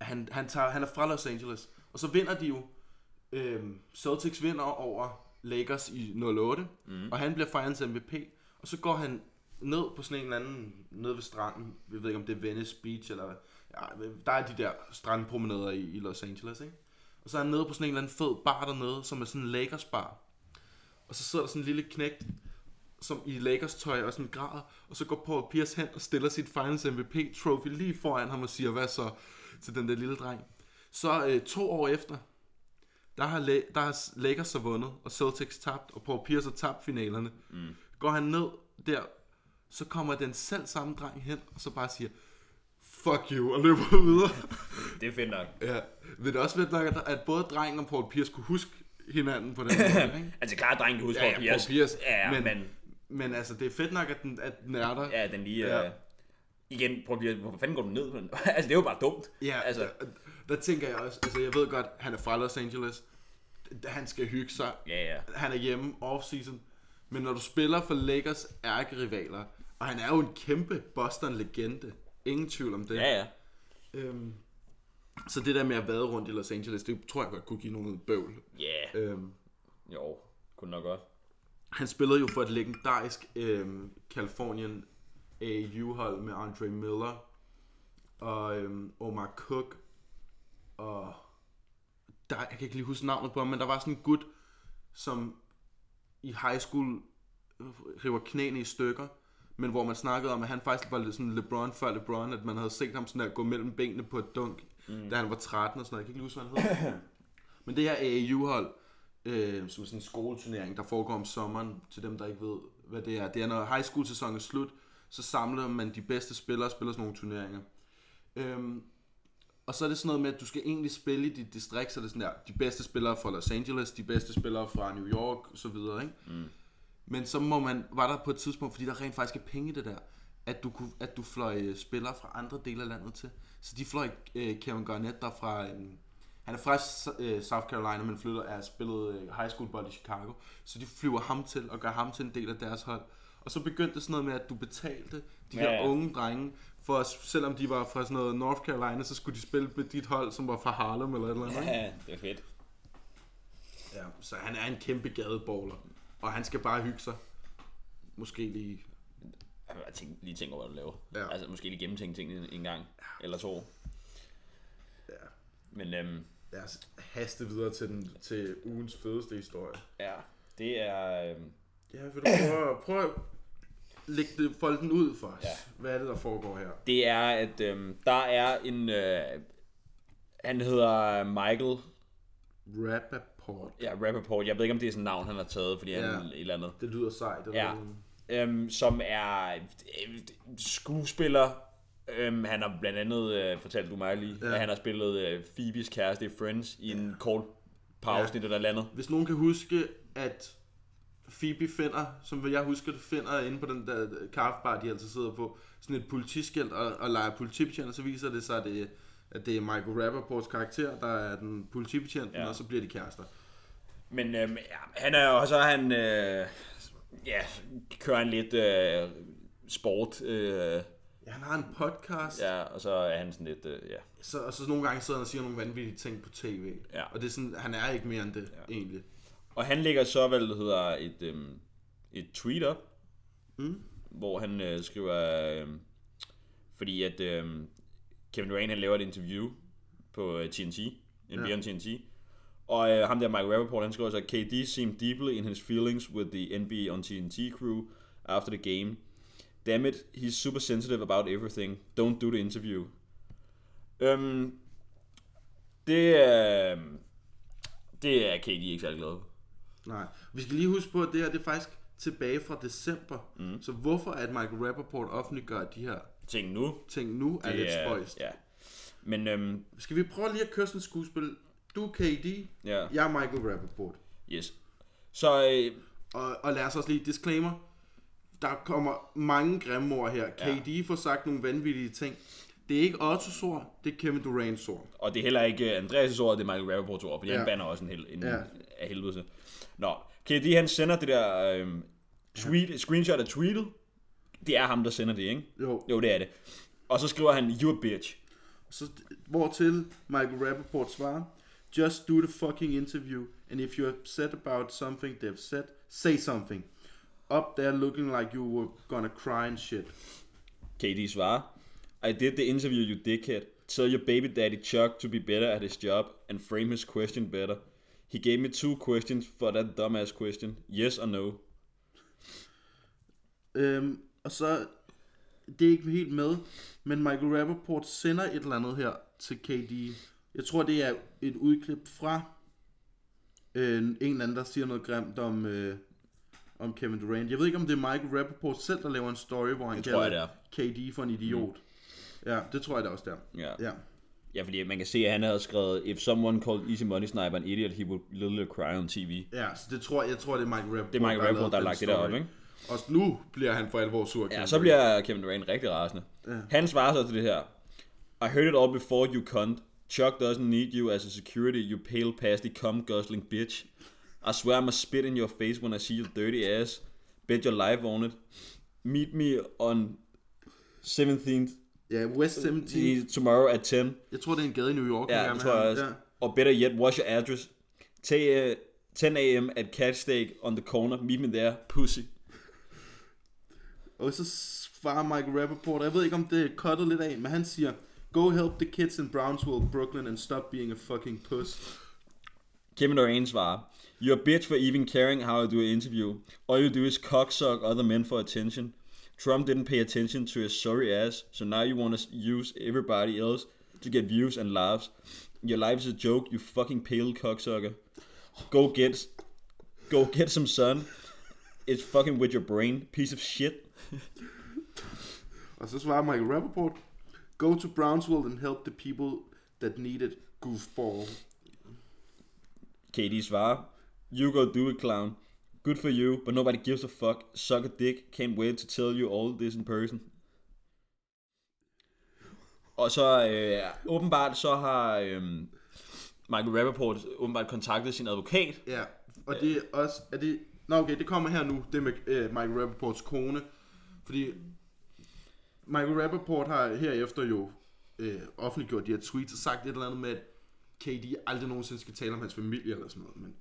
at han, han, tager, han er fra Los Angeles, og så vinder de jo. Øhm, Celtics vinder over Lakers i 08, mm.
Mhm.
og han bliver Finals MVP, og så går han ned på sådan en eller anden, nede ved stranden, vi ved ikke om det er Venice Beach, eller hvad. ja, der er de der strandpromenader i, i Los Angeles, ikke? Og så er han nede på sådan en eller anden fed bar dernede, som er sådan en Lakers bar. Og så sidder der sådan en lille knægt, som i Lakers tøj og sådan græder, og så går Paul Pierce hen og stiller sit Finals MVP trophy lige foran ham og siger, hvad så til den der lille dreng. Så øh, to år efter, der har, La- der har s- Lakers så vundet, og Celtics tabt, og Paul Pierce har tabt finalerne. Mm. Går han ned der, så kommer den selv samme dreng hen, og så bare siger, fuck you, og løber videre.
Det er fedt nok.
ja. Vil det også være nok, at- at både drengen og Paul Pierce kunne huske hinanden på den måde, ikke?
Altså, klart, drengen kan huske
Ja, ja,
Paul
Paul Pierce.
Ja,
Men-
men, men
Men altså, det er fedt nok, at den, at den er der.
ja, den lige...
Ja.
Ja. Øh, igen, prøv lige, hvorfor fanden går du ned? Men, altså, det er jo bare dumt.
Ja, altså,
altså,
der tænker jeg også, altså jeg ved godt, han er fra Los Angeles, han skal hygge sig,
ja, ja.
han er hjemme off-season, men når du spiller for Lakers ærkerivaler, og han er jo en kæmpe Boston-legende, ingen tvivl om det.
Ja, ja.
Øhm, så det der med at vade rundt i Los Angeles, det tror jeg godt kunne give noget bøvl.
Ja, yeah.
Øhm,
jo. Kunne nok godt.
han spillede jo for et legendarisk øhm, Californian AU-hold med Andre Miller og øhm, Omar Cook og der, jeg kan ikke lige huske navnet på ham, men der var sådan en gut, som i high school øh, river knæene i stykker, men hvor man snakkede om, at han faktisk var lidt sådan LeBron før LeBron, at man havde set ham sådan der gå mellem benene på et dunk, mm. da han var 13 og sådan noget. Jeg kan ikke lige huske, hvad han hed. men det her AAU-hold, øh, som er sådan en skoleturnering, der foregår om sommeren, til dem, der ikke ved, hvad det er. Det er, når high school-sæsonen er slut, så samler man de bedste spillere og spiller sådan nogle turneringer. Øhm, og så er det sådan noget med, at du skal egentlig spille i dit distrikt, så er det sådan der, de bedste spillere fra Los Angeles, de bedste spillere fra New York, og så videre, ikke? Mm. Men så må man, var der på et tidspunkt, fordi der rent faktisk er penge i det der, at du, kunne, at du fløj øh, spillere fra andre dele af landet til. Så de fløj øh, Kevin Garnett der fra, øh, han er fra S- øh, South Carolina, men flytter, er spillet øh, high school bold i Chicago. Så de flyver ham til og gør ham til en del af deres hold. Og så begyndte det sådan noget med, at du betalte de ja,
Ja,
der
ja.
unge drenge, for at- selvom de var fra sådan noget North Carolina, så skulle de spille med dit hold, som var fra Harlem eller et eller andet. ikke?
Ja, det er fedt.
Ja, så han er en kæmpe gadebowler, og han skal bare hygge sig. Måske lige...
Jamen, Jeg tænk, lige tænk over, hvad du laver.
Ja.
Ja. Altså, måske lige gennemtænke tingene en, en gang. Eller to.
Ja.
Men øhm,
Lad os haste videre til, den, til ugens fedeste historie.
ja, det er... Øhm,
Ja, vil du prøve, at- prøve at lægge det, folde den ud for os? Ja. Hvad er det, der foregår her?
det er, at øhm, der er en... Øh, han hedder Michael
Rappaport.
ja, Rappaport. Jeg ved ikke, om det er sådan et navn, han har taget, fordi ja. han
Ja.
et eller andet.
Det lyder sejt. Det
Ja.
lyder-
Øhm, som er øh, skuespiller. Øhm, han har blandt andet, øh, fortalte du mig lige, ja. at han har spillet øh, Phoebes kæreste i Friends i en kort par
Ja.
afsnit eller et eller andet.
Hvis nogen kan huske, at Phoebe finder, som jeg husker det, finder inde på den der øh, kaffebar, de altid sidder på, sådan et politiskilt og, og leger politibetjent, og så viser det sig, at det, at det er Michael Rappaports karakter, der er den politibetjent, ja.
Ja.
og så bliver de kærester.
Men øhm, ja, han er jo, og så er han, øh, ja, kører han lidt øh, sport, øh,
Ja, han har en podcast, ja.
ja, og så er han sådan lidt, øh, ja.
så, og så nogle gange sidder han og siger nogle vanvittige ting på tv.
Ja.
Og det er sådan, han er ikke mere end det, ja. egentlig.
Og han lægger så, hvad det hedder, et, øhm, et tweet op, mm. hvor han øh, skriver, øh, Fordi at øh, Kevin Durant han laver et interview på øh, TNT, NBA ja. on TNT. Og øh, ham der Mike Rappaport, han skriver så, KD seemed deeply in his feelings with the NBA on TNT crew after the game. Damn it, he's super sensitive about everything. Don't do the interview. Øhm, det, er, øhm, det er KD ikke særlig glad for.
Nej. Vi skal lige huske på, at det her det er faktisk tilbage fra december. Mm. Så hvorfor at Michael Rappaport offentliggør de her
Ting nu,
ting nu, er lidt
Ja,
spøjst.
Ja. Men øhm,
Skal vi prøve lige at køre sådan et skuespil? Du er KD,
ja,
jeg er Michael Rappaport.
yes. Så øh,
Og, og lad os også lige disclaimer. Der kommer mange grimme ord her. KD får sagt nogle vanvittige ting. Det er ikke Otto's ord, det er Kevin Durant's ord.
Og det er heller ikke øh, Andreas' ord, det er Michael Rappaport's ord, fordi ja.
Ja.
han banner også en, hel, en ja.
Ja.
af helvede til. Nå, KD han sender det der øh, tweet, ja. screenshot af tweetet. Det er ham, der sender det, ikke?
Jo.
Jo, det er det. Og så skriver han, you a bitch.
Så, hvortil Michael Rappaport svarer, Just do the fucking interview, and if you're upset about something they've said, say something. Up there looking like you were gonna cry and shit.
KD svarer, I did the interview, you dickhead. Tell your baby daddy Chuck to be better at his job and frame his question better. He gave me two questions for that dumbass question. Yes or no?
Øhm, og så, det er ikke helt med, men Michael Rappaport sender et eller andet her til KD. Jeg tror, det er et udklip fra øh, en eller anden, der siger noget grimt om, øh, om Kevin Durant. Jeg ved ikke, om det er Michael Rappaport selv, der laver en story, hvor han
Det tror jeg,
kalder KD for en idiot. Mm. Ja, det tror jeg da også, der.
Ja.
Ja.
Ja, fordi man kan se, at han havde skrevet, If someone called Easy Money Sniper an idiot, he would literally cry on TV.
ja, så det tror jeg, jeg tror, det er Michael Rappaport,
Det er Michael Rappaport, der har
den
lagt det der op,
story.
ikke?
Og nu bliver han for alvor sur.
Ja,
Kevin
så
Durant.
bliver Kevin Durant rigtig rasende. Ja. Han svarer så til det her. I heard it all before you cunt. Chuck doesn't need you as a security, you pale pasty cum guzzling bitch. I swear I'm a spit in your face when I see your dirty ass. Bet your life on it. Meet me on 17th
Ja, West 17.
tomorrow at 10.
Jeg tror, det er en gade i New York. han
Ja,
er
det
med
tror jeg
ham.
også.
Ja.
Og better yet, what's your address? Tag, uh, 10 a.m. at Catch Steak on the corner. Meet me there, pussy.
Og så svarer Mike Rappaport, og jeg ved ikke om det er cuttet lidt af, men han siger, Go help the kids in Brownsville, Brooklyn and stop being a fucking puss.
Kevin Durant svarer, You're a bitch for even caring how I do an interview. All you do is cocksuck other men for attention. Trump didn't pay attention to his sorry ass, so now you want to use everybody else to get views and laughs. Your life's a joke, you fucking pale cocksucker. Go get, go get some sun. It's fucking with your brain, piece of shit.
Og så svarer Mike Rappaport, Go to Brownsville and help the people that need it, goofball.
KD svarer, You go do it, clown. Good for you, but nobody gives a fuck. Suck a dick. Can't wait to tell you all this in person. Og så øh, åbenbart så har øh, Michael Rappaport åbenbart kontaktet sin advokat.
Ja, og det er også, er det, nå okay, det kommer her nu, det er med øh, Michael Rappaports kone, fordi Michael Rappaport har herefter jo øh, offentliggjort de her tweets og sagt et eller andet med, at KD aldrig nogensinde skal tale om hans familie eller sådan noget, men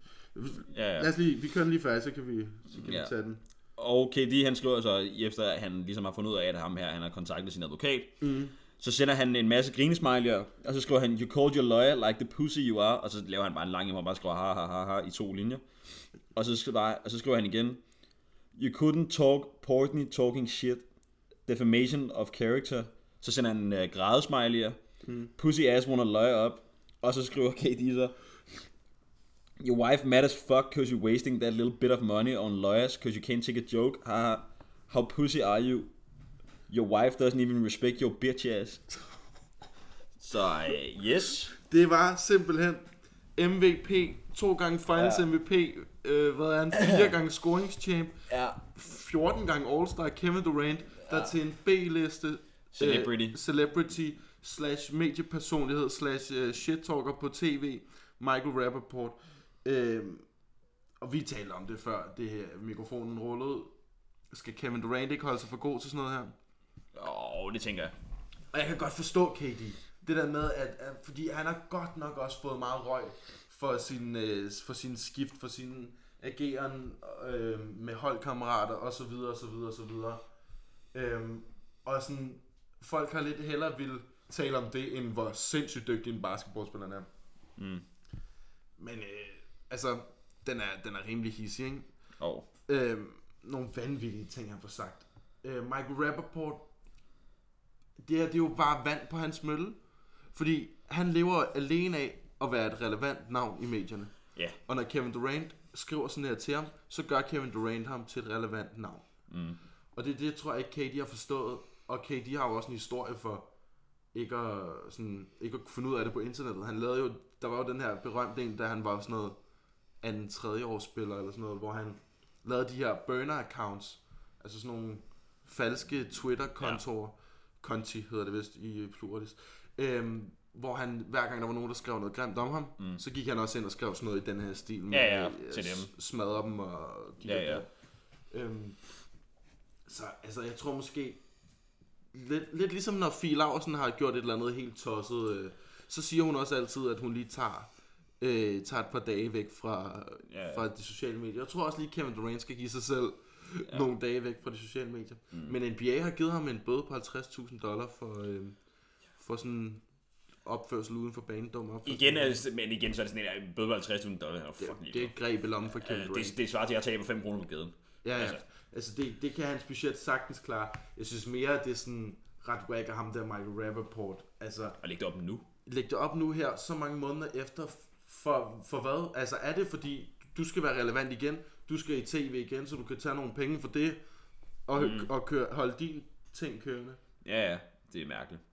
Ja, ja.
Lad os lige, vi kører den lige færdig, så kan vi, så kan
Ja.
vi tage den.
Og KD han skriver så, efter at han ligesom har fundet ud af, at ham her, han har kontaktet sin advokat, mm. så sender han en masse grinesmiley'er, og så skriver han, you called your lawyer like the pussy you are, og så laver han bare en lang en, hvor han bare skriver, ha ha ha ha, i to linjer. Og så, skriver, og så skriver han igen, you couldn't talk Portney talking shit, defamation of character, så sender han en uh, grædesmiley'er, mm. pussy ass wanna lawyer up, og så skriver KD så, Your wife mad as fuck because you're wasting that little bit of money on lawyers because you can't take a joke. Haha. How pussy are you? Your wife doesn't even respect your bitch ass. Så øh, yes.
Det var simpelthen MVP, to gange finals ja. MVP, øh, hvad er han, fire gange scoringschamp,
Ja.
14 gange All-Star Kevin Durant, der ja. til en B-liste
Celebrity.
Øh, celebrity slash mediepersonlighed slash øh, shit-talker på tv, Michael Rappaport. Øh, og vi talte om det før, det her mikrofonen rullede. Skal Kevin Durant ikke holde sig for god til sådan noget her?
Åh, oh, det tænker jeg.
Og jeg kan godt forstå KD. Det der med, at, at fordi han har godt nok også fået meget røg for sin, øh, for sin skift, for sin ageren øh, med holdkammerater og så videre og så videre og så videre. Øhm, og sådan folk har lidt hellere vil tale om det, end hvor sindssygt dygtig en basketballspiller er.
Mm.
Men øh, altså, den er, den er rimelig hissig, ikke?
Og
øh, nogle vanvittige ting, han får sagt. Øh, Michael Rappaport, det her det er jo bare vand på hans mølle, fordi han lever alene af at være et relevant navn i medierne.
ja,
Og når Kevin Durant skriver sådan her til ham, så gør Kevin Durant ham til et relevant navn.
Mm.
Og det er det, tror jeg ikke, KD har forstået. Og KD har jo også en historie for ikke at, sådan, ikke at kunne finde ud af det på internettet. Han lavede jo, der var jo den her berømte en, da han var sådan noget anden tredje års spiller eller sådan noget, hvor han lavede de her burner accounts, altså sådan nogle falske Twitter-kontorer, ja. konti hedder det vist i pluralis, øhm, hvor han, hver gang der var nogen, der skrev noget grimt om ham, mm. så gik han også ind og skrev sådan noget i den her stil, med
Ja, ja,
øh,
til dem.
s- smadre dem og de
Ja,
der-
ja.
Øhm, så altså, jeg tror måske, lidt, lidt ligesom når Fie Laursen har gjort et eller andet helt tosset, øh, så siger hun også altid, at hun lige tager, øh, tager et par dage væk fra,
Ja, ja.
fra de sociale medier. Jeg tror også lige, Kevin Durant skal give sig selv ja. nogle dage væk fra de sociale medier. Mm. Men NBA har givet ham en bøde på 50.000 dollar for, øh, for sådan opførsel uden for banen. Dum opførsel.
igen, altså, men igen, så er det sådan en der bøde på 50.000 dollar. Oh, fuck,
det, det er et greb i lommen for Kevin Durant.
Øh, det, det svarer til, at jeg taber 5 kroner på gaden.
Ja, altså,
Altså.
altså det, det kan hans budget sagtens klare. Jeg synes mere, at det er sådan ret whack af ham der Michael Rappaport. Altså,
Og læg det op nu.
læg det op nu her, så mange måneder efter, for, for hvad? Altså, er det fordi, du skal være relevant igen, du skal i tv igen, så du kan tage nogle penge for det, og, mm. og køre, holde din ting kørende?
Ja, ja, det er mærkeligt.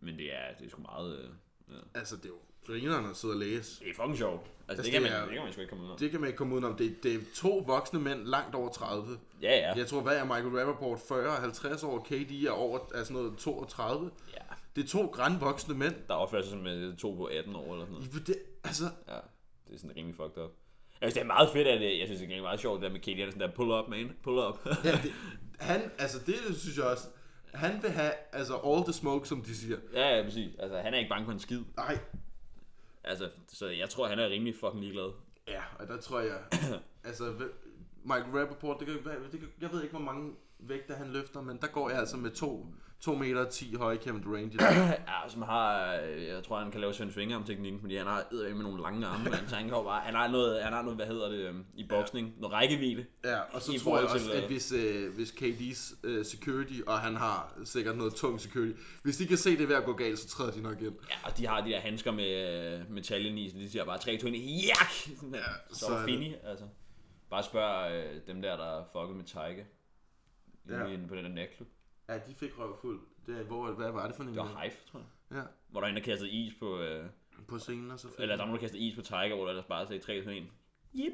Men det er, det er sgu meget... Øh, ja.
Altså, det er jo grineren at sidde og læse.
Det er fucking sjovt. Altså, altså
det
det, kan
er-
man, det kan man sgu ikke komme ud af.
Det kan man ikke komme udenom. Det, det er to voksne mænd langt over 30.
Ja, ja.
Jeg tror, hvad er Michael Rappaport 40 og 50 år, KD er over altså noget 32.
ja.
Det er to grænvoksne mænd,
Der opfører sig som øh, to på 18 år eller sådan noget.
Jamen, Det, altså,
Ja, det er sådan rimelig fucked up. Jeg synes, det er meget fedt, at det, jeg synes, det er meget sjovt, det der med Katie Andersen, der pull up, man. Pull up.
ja, det, han, altså det synes jeg også, han vil have altså all the smoke, som de siger.
ja, ja, præcis. Altså, han er ikke bange for en skid.
Nej,
Altså, så jeg tror, han er rimelig fucking ligeglad.
ja, og der tror jeg, altså hvem- Mike Rappaport, det kan, være- det kan, jeg ved ikke, hvor mange vægte han løfter, men der går jeg altså med to, to meter og 10 høje Kevin Durant i dag.
Ja, som har, øh, jeg tror, han kan lave Svend Svinger om teknikken, fordi han har eddermame med nogle lange arme, man. Så han, kan jo bare, han har noget, han har noget, hvad hedder det, øhm, i boksning, noget rækkevidde.
Ja, og så
I
tror jeg
forhold
også,
til, øh,
at hvis, øh, hvis KD's øh, security, og han har sikkert noget tung security, hvis de kan se det ved at gå galt, så træder de nok ind.
Ja, og de har de der handsker med øh, metallen i, så de siger bare 3, 2, 1, jak! Sådan der. så,
så er
så
det.
fini, altså. Bare spørg øh, dem der, der fuckede med Tyke.
Ja.
Ja. Inde på den der natklub.
Ja, de fik røvfuld. Det, er- hvor, hvad var det for en?
Det var Hive, tror jeg.
Ja,
Hvor der er en, der kastede is på... Øh,
på scenen og så fik
eller der er nogen, der kastede is på Tiger, hvor der bare sagde 3, 2, 1. Yep.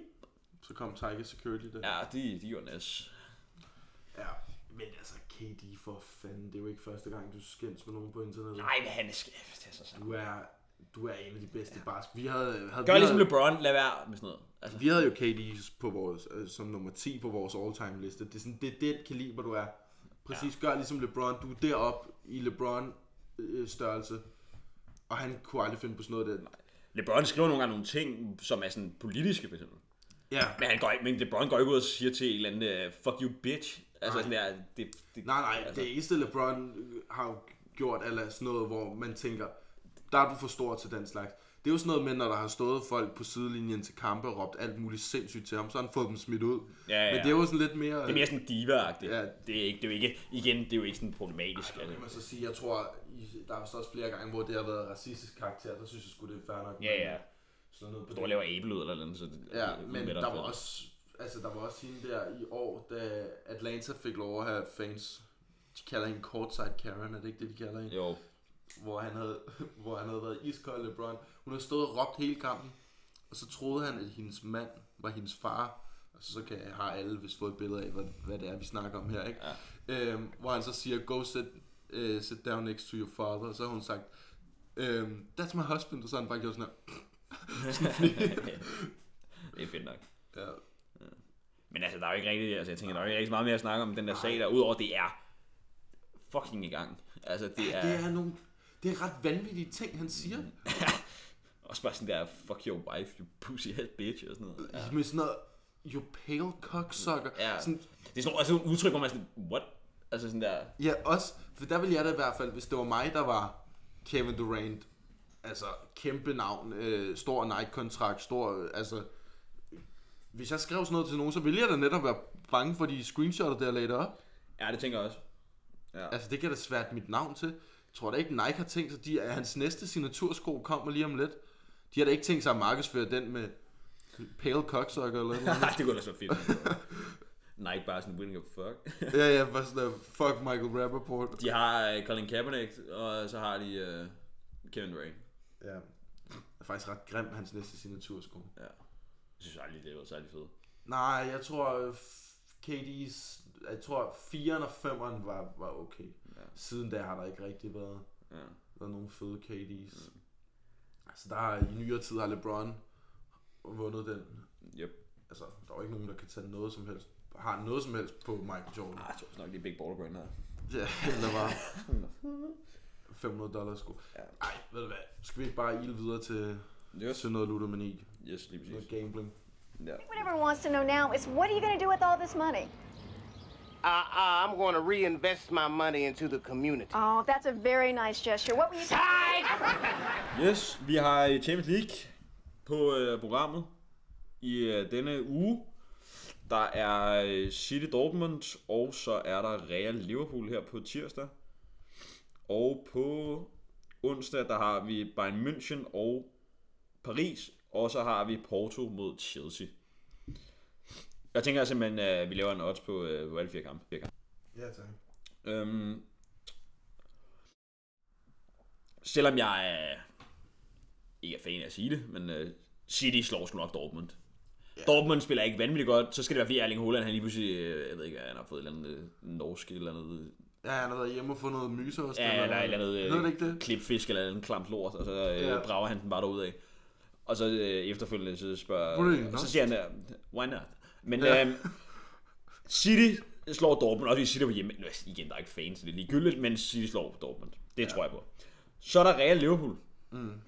Så kom Tiger Security der.
Ja, de, de gjorde nas.
ja. Men altså, KD for fanden, det er jo ikke første gang, du skændes med nogen på internettet.
Nej, men han er skæft. Det er så sammen.
Du er, du er en af de bedste ja. basket. Vi havde, havde,
Gør
vi,
ligesom
havde,
LeBron, lad være med sådan noget. Altså,
vi havde jo KD på vores, øh, som nummer 10 på vores all-time liste. Det er, sådan, det er den kaliber, du er. Præcis, ja. gør ligesom LeBron. Du er deroppe i LeBron øh, størrelse. Og han kunne aldrig finde på sådan noget der.
LeBron skriver nogle gange nogle ting, som er sådan politiske, for eksempel.
Ja.
Men, han går, ikke- men LeBron går ikke ud og siger til en eller anden, øh, fuck you bitch. Altså
Nej.
sådan der, det, det,
Nej, nej,
altså,
det eneste LeBron øh, har jo gjort, eller sådan noget, hvor man tænker, der er du for stor til den slags. Det er jo sådan noget med, når der har stået folk på sidelinjen til kampe og råbt alt muligt sindssygt til ham, så har han fået dem smidt ud.
Ja, ja.
Men det er jo sådan lidt mere... øh,
Det er mere sådan diva-agtigt.
Ja.
Ja. Det, er ikke, det er jo ikke, igen, det er jo ikke sådan problematisk.
kan man
altså.
så sige, jeg tror, I- der er vist også flere gange, hvor det har været racistisk karakter, der synes jeg sgu, det er fair nok.
Ja, ja.
Sådan noget på
Du står og laver æblelyd eller noget, så det,
Ja,
det er
men
med dig
der var
for.
også... Altså, der var også hende der i år, da Atlanta fik lov at have fans. De kalder hende courtside Karen, er det ikke det, de kalder hende?
Jo,
hvor han havde, hvor han havde været iskold LeBron. Hun havde stået og råbt hele kampen, og så troede han, at hendes mand var hendes far. Og så, så kan, har alle vist fået et billede af, hvad, hvad det er, vi snakker om her. Ikke? Ja. Øhm, hvor han så siger, go sit, uh, sit down next to your father. Og så har hun sagt, øhm, that's my husband. Og så har han bare gjort sådan her.
det er fedt nok.
Ja.
Men altså, der er jo ikke rigtig, altså, jeg tænker, der er jo ikke rigtig meget mere at snakke om den der sag der, udover det er fucking i gang. Altså, det er,
Det, er nogle, det er ret vanvittige ting, han siger.
også bare sådan der, fuck your wife, you pussy ass bitch, og sådan noget. Ja.
Ja. Med sådan noget, you pale cocksucker.
Ja.
Sådan,
Det er sådan, altså, nogle udtryk, hvor man er sådan, what? Altså sådan der...
Ja, også, for der ville jeg da i hvert fald, hvis det var mig, der var Kevin Durant, altså kæmpe navn, øh, stor Nike-kontrakt, stor, øh, altså, hvis jeg skrev sådan noget til nogen, så ville jeg da netop være bange for de screenshotter, der jeg lagde det op.
Ja, det tænker jeg også.
Altså, det kan da svært mit navn til. Jeg tror da ikke, Nike har tænkt sig, de, at hans næste signatursko kommer lige om lidt. De har da ikke tænkt sig at markedsføre den med pale cocksucker eller noget.
Nej, det kunne ellers være fedt. Nike bare sådan winning a fuck.
ja, ja, bare sådan der, fuck Michael Rappaport.
De har øh, Colin Kaepernick, og så har de øh, Kevin Durant.
Ja. Det er faktisk ret grim, hans næste signatursko.
Ja. Jeg synes aldrig, det var særlig fedt.
Nej, jeg tror øh, KD's, jeg tror 4'eren og 5'eren var, var okay. Ja. Siden da har der ikke rigtig været,
Ja.
været nogen fede KD's. Mm. Altså der har, i nyere tid har LeBron vundet den.
Yep.
Altså der er jo ikke nogen, der kan tage noget som helst har noget som helst på Michael Jordan.
Ah, jeg tror nok, det er Big Baller Brand her.
Ja, eller var 500 dollars sko. Ja. Ej, ved du hvad, skal vi ikke bare ilde videre til,
Yes.
til noget ludomani,
Yes, lige
noget
præcis.
gambling?
Ja.
What everyone wants to know now is what are you going to do with all this money?
Uh, uh, I'm going to reinvest my money into the community.
Oh, that's a very nice gesture. What were you?
Yes, vi har øh, Champions League på øh, programmet i øh, denne uge. Der er øh, City Dortmund, og så er der Real Liverpool her på tirsdag. Og på onsdag, der har vi Bayern München og Paris, og så har vi Porto mod Chelsea. Jeg tænker simpelthen, at vi laver en odds på, øh, på alle fire kampe. Fire kampe.
Ja, tak.
Øhm, selvom jeg øh, ikke er fan af at sige det, men øh, City slår sgu nok Dortmund. Yeah. Dortmund spiller ikke vanvittigt godt, så skal det være fordi Erling Haaland, han lige pludselig, øh, jeg ved ikke, han har fået et eller andet øh, norsk eller andet,
Ja, han har været hjemme og fået noget myser og
ja, eller øh, et eller andet
Hedder det ikke det?
klipfisk eller en klamt lort, og så øh,
Ja.
yeah. brager han den bare derud af. Og så øh, efterfølgende så
Hvor er det
spørger,
egentlig
så siger han, øh, why not? Men yeah. øh, City slår Dortmund, også fordi City er på hjemme. Nå, igen, der er ikke fans, så det er ligegyldigt, men City slår Dortmund. Det tror jeg på. Så er der Real Liverpool. Mm.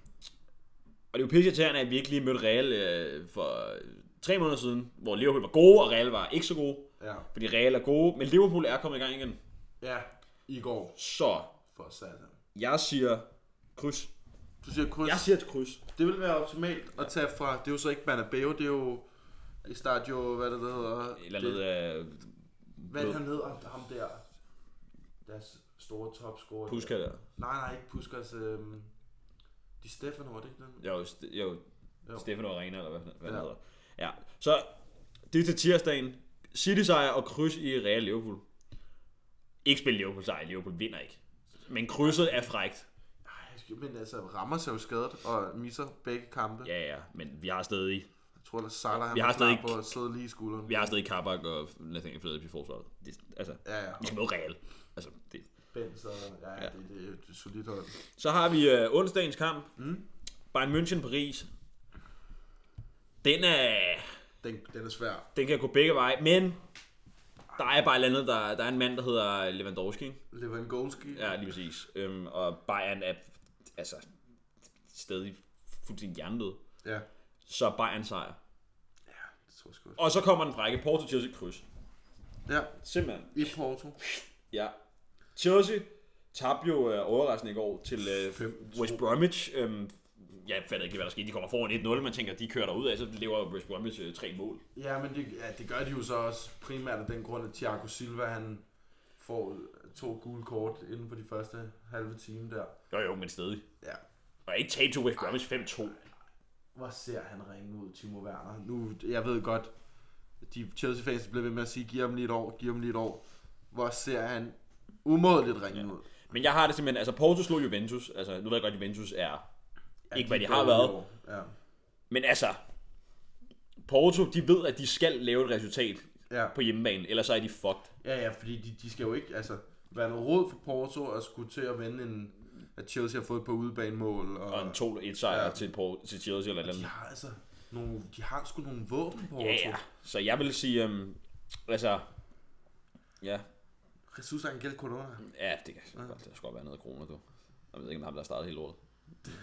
Og det er jo pisseirriterende, at vi ikke lige mødte Real øh, for øh, tre måneder siden, hvor Liverpool var gode, og Real var ikke så gode.
Ja.
Fordi Real er gode, men Liverpool er kommet i gang igen.
Ja, i går
Så
for satan.
jeg siger kryds.
Du siger kryds.
Jeg siger et kryds.
Det ville være optimalt at tage fra, det er jo så ikke Banabeo, det er jo i Stadio, hvad det der hedder.
Eller øh,
det,
noget af...
Hvad er det, han hedder, ham der? Deres store topscorer.
Puska der.
Nej, nej, ikke Puskas. Øhm, Di Stefano, var det ikke den?
Jo, st- jo,
Jo.
jo. Stefano Arena, eller hvad, hvad ja.
Ja.
det hedder. Ja, så det er til tirsdagen. City sejr og kryds i Real Liverpool. Ikke spille Liverpool sejr, Liverpool vinder ikke. Men krydset er frægt.
Ej, men altså, rammer sig jo skadet og misser begge kampe.
Ja, ja, men vi har stadig,
Jeg tror, at Salah han
Vi har
var
stadig
klar på at sidde lige i skulderen.
vi har stadig Kabak og Nathaniel Phillips i forsvaret. Det, altså,
Ja, ja.
vi skal møde Real. Altså, det.
Ben, så ja, ja. Det, det, er jo et solidt hold.
Så har vi øh, onsdagens kamp. Mm. Bayern München-Paris. Den er...
Den, den er svær.
Den kan gå begge veje, men der er bare et eller andet, der, der er en mand, der hedder Lewandowski. ikke?
Lewandowski.
Ja, lige præcis. Øhm, og Bayern er altså stadig fuldstændig hjernedød.
ja.
Så Bayern sejr.
Det tror jeg sgu.
Og så kommer den frække Porto Chelsea kryds.
Ja,
Simpelthen.
i Porto.
Ja. Chelsea tabte jo øh, overraskende i går til øh, West Bromwich. Øhm, jeg fatter ikke, hvad der skete. De kommer foran 1-0, man tænker, de kører derud af, så lever West Bromwich øh, tre mål.
Ja, men det, ja, det gør de jo så også primært af den grund, at Thiago Silva han får to gule kort inden for de første halve time der.
Jo jo, men stadig.
Ja.
Og ikke tabe til West Bromwich 5-2.
Hvor ser han ringe ud, Timo Werner. Nu, jeg ved godt, de Chelsea-fans bliver ved med at sige, giv ham lige et år, giv ham lige et år. Hvor ser han umådeligt ringe ja. ud.
Men jeg har det simpelthen, altså Porto slog Juventus, altså nu ved jeg godt, Juventus er ja, ikke, hvad de
er
har
dårlige
været,
år. Ja.
men altså, Porto, de ved, at de skal lave et resultat
Ja.
på hjemmebane, ellers så er de fucked.
ja, ja, fordi de, de skal jo ikke, altså, være noget råd for Porto at skulle til at vende en, at Chelsea har fået på udebanemål. Og,
Og en 2-1 sejr
Ja.
ja. til, Porto, til Chelsea eller et eller
de
andet.
har altså nogle, de har sgu nogle våben, Porto.
Ja, ja. Så jeg vil sige, øhm, altså, ja,
Jesus Angel Corona.
ja, det kan godt, der skal godt være noget af kroner, du. Jeg ved ikke, om ham, der har startet hele lortet.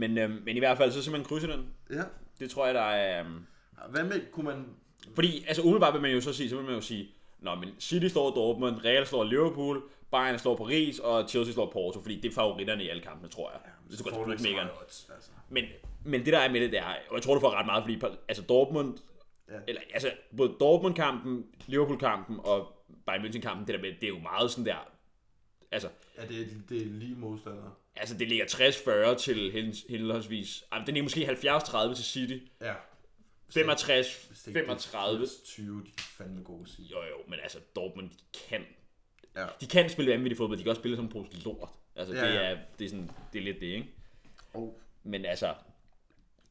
men, øhm, men i hvert fald, så simpelthen krydse den.
Ja.
Det tror jeg, der er... Øhm,
Hvad med, kunne man...
Fordi, altså umiddelbart vil man jo så sige, så vil man jo sige, Nå, men City slår Dortmund, Real slår Liverpool, Bayern slår Paris, og Chelsea slår Porto, fordi det er favoritterne i alle kampene, tror jeg. Ja, det
Får du ikke så meget odds, altså.
men, men det der er med det, det er, og jeg tror, du får ret meget, fordi par- altså Dortmund, ja. eller, altså både Dortmund-kampen, Liverpool-kampen og Bayern München-kampen, det der med, det er jo meget sådan der, altså,
Ja, det er, det er lige modstandere.
altså det ligger 60-40 til hen- henholdsvis, altså, den er måske 70-30 til City,
Ja.
65, 35.
20, de er fandme gode sige.
Jo, jo, men altså, Dortmund, de kan.
Ja.
De kan spille vanvittig fodbold, de kan også spille som en pose lort. Altså,
Ja,
ja, det,
ja.
er, det, er sådan, det er lidt det, ikke?
Og
Men altså,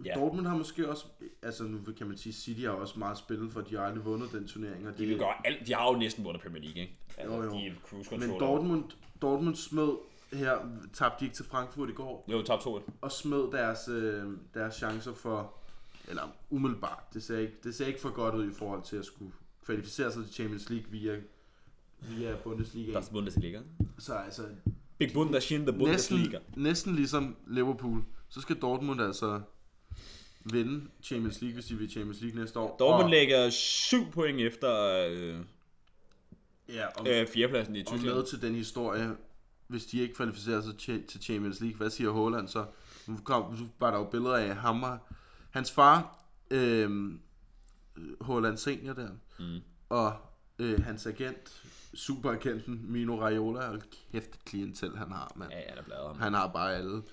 Ja.
Dortmund har måske også, altså nu kan man sige, City har også meget spillet for, de har aldrig vundet den turnering. Og det,
de, vil gøre alt, de har jo næsten vundet Premier League, ikke? Altså,
Jo, jo.
De er cruise control.
Men
over.
Dortmund, Dortmund smed her, tabte de ikke til Frankfurt i går,
Jo, top 2
og smed deres, øh, deres chancer for, eller umiddelbart, det ser, ikke, det ser ikke for godt ud i forhold til at skulle kvalificere sig til Champions League via, via Bundesliga.
Der er Bundesliga.
Så altså,
Big Bundesliga, der
næsten,
Bundesliga.
næsten ligesom Liverpool, så skal Dortmund altså vinde Champions League, hvis de vil Champions League næste år.
Dortmund
Og-
lægger 7 point efter øh,
Ja, og,
øh, fjerdepladsen i
og
Tyskland.
med til den historie, hvis de ikke kvalificerer sig til- til Champions League, hvad siger Haaland så? Nu, kom, nu var der jo billeder af ham og hans far, øh, Haaland senior der, mm. og øh, hans agent, superagenten Mino Raiola, og kæft et klientel han har, mand.
Ja, ja, der bladrer ham.
Han har bare alle.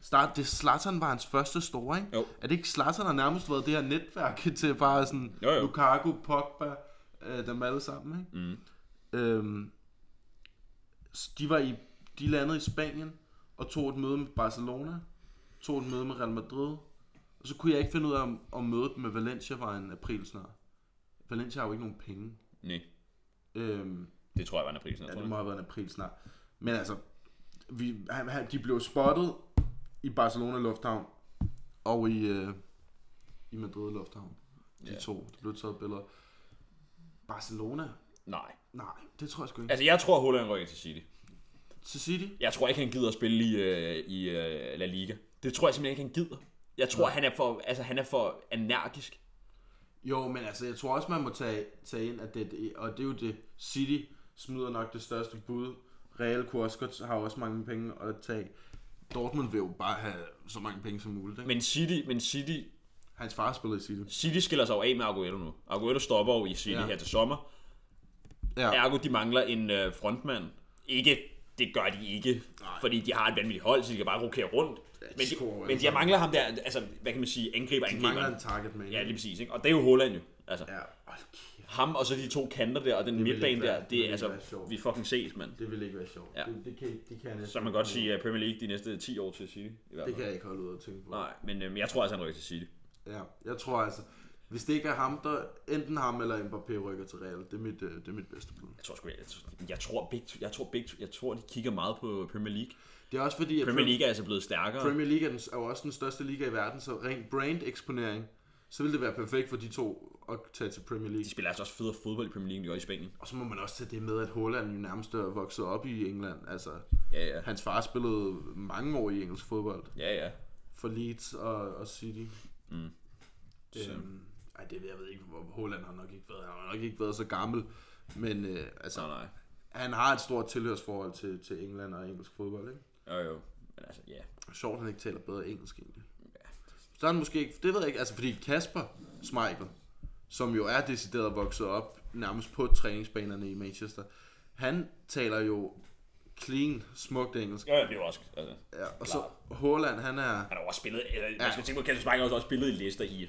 Start, det Zlatan var hans første store, ikke?
Jo.
Er det ikke Zlatan har nærmest været det her netværk til bare sådan
Jo, jo.
Lukaku, Pogba, øh, dem alle sammen, ikke? Mm. Øhm, s- de var i, de landede i Spanien og tog et møde med Barcelona, tog et møde med Real Madrid, og så kunne jeg ikke finde ud af, om, om mødet med Valencia var en april snart. Valencia har jo ikke nogen penge.
Nej,
Øhm,
det tror jeg var en april, sådan
Ja,
noget,
det
tror
må
jeg.
have været en april snart. Men altså, vi, han, han, de blev spottet i Barcelona Lufthavn og i, øh, i Madrid Lufthavn. De
Ja.
yeah. to. Der blev taget billeder. Barcelona?
Nej.
Nej, det tror jeg sgu ikke.
Altså, jeg tror, Holland rykker til City.
Til City?
Jeg tror ikke, han gider at spille i, øh, i øh, La Liga. Det tror jeg simpelthen ikke, han gider. Jeg tror, han er for, altså, han er for energisk.
Jo, men altså, jeg tror også, man må tage, tage ind, at det, det, og det er jo det, City smider nok det største bud. Real kunne også godt, har også mange penge at tage. Dortmund vil jo bare have så mange penge som muligt. Ikke?
Men City, men City,
Hans far spillede i City.
City skiller sig jo af med Aguero nu. Aguero stopper jo i City
Ja.
ja. her til sommer.
Ja.
Ergo, de mangler en øh, frontmand. Ikke, det gør de ikke, Nej. fordi de har et vanvittigt hold, så de kan bare rokere rundt. Ja, men
scorer jo
de, men
alle
de mangler ham der, altså, hvad kan man sige, angriber
Mangler
angriberen.
en target man.
Ja, lige præcis. Ikke? Og det er jo Holland jo. Altså, ja.
Ja, hold kæft.
Ham og så de to kanter der, og den
ville
midtbane
ikke være-
der,
det ville
det er
ikke
altså,
være sjovt.
vi fucking ses, mand.
Det ville ikke være sjovt.
Ja.
Det, det, kan, det kan jeg næsten
Så man kan godt sige, at Premier League de næste 10 år til City. I hvert
Det
fald.
kan jeg ikke holde ud at tænke på.
Nej, men øhm, jeg tror altså, han rykker til City.
Ja, jeg tror altså, hvis det ikke er ham, der enten ham eller Mbappé rykker til Real, det er mit, øh, det er mit bedste bud.
Jeg tror sgu, jeg, jeg tror Big Two- jeg tror Big Two- jeg tror, de kigger meget på Premier League.
Det er også fordi, at
Premier League er altså blevet stærkere.
Premier League er, den, er jo også den største liga i verden, så rent brand eksponering, så ville det være perfekt for de to at tage til Premier
De
League.
spiller altså også federe fodbold i Premier League, end de gør i Spanien.
Og så må man også tage det med, at Holland jo nærmest er vokset op i England. Altså,
Ja, ja.
hans far spillede mange år i engelsk fodbold
Ja, ja.
for Leeds og, og City.
Mm. Så,
Øhm, ej, det, jeg ved ikke, hvor Holland har nok ikke været. Han har nok ikke været så gammel. Men øh, altså,
nej, nej.
han har et stort tilhørsforhold til, til England og engelsk fodbold. Ikke?
Jo, jo. Men altså, ja.
Sjovt, han ikke taler bedre engelsk egentlig. Så er han måske ikke, det ved jeg ikke, altså fordi Kasper Schmeichel, som jo er decideret vokset op nærmest på træningsbanerne i Manchester, han taler jo clean, smukt engelsk.
Jo, ja, det er jo også. Altså,
Ja, og så Holland, han er...
han har jo også spillet, altså, man skal tænke på, at Kasper Schmeichel har også spillet i Leicester i.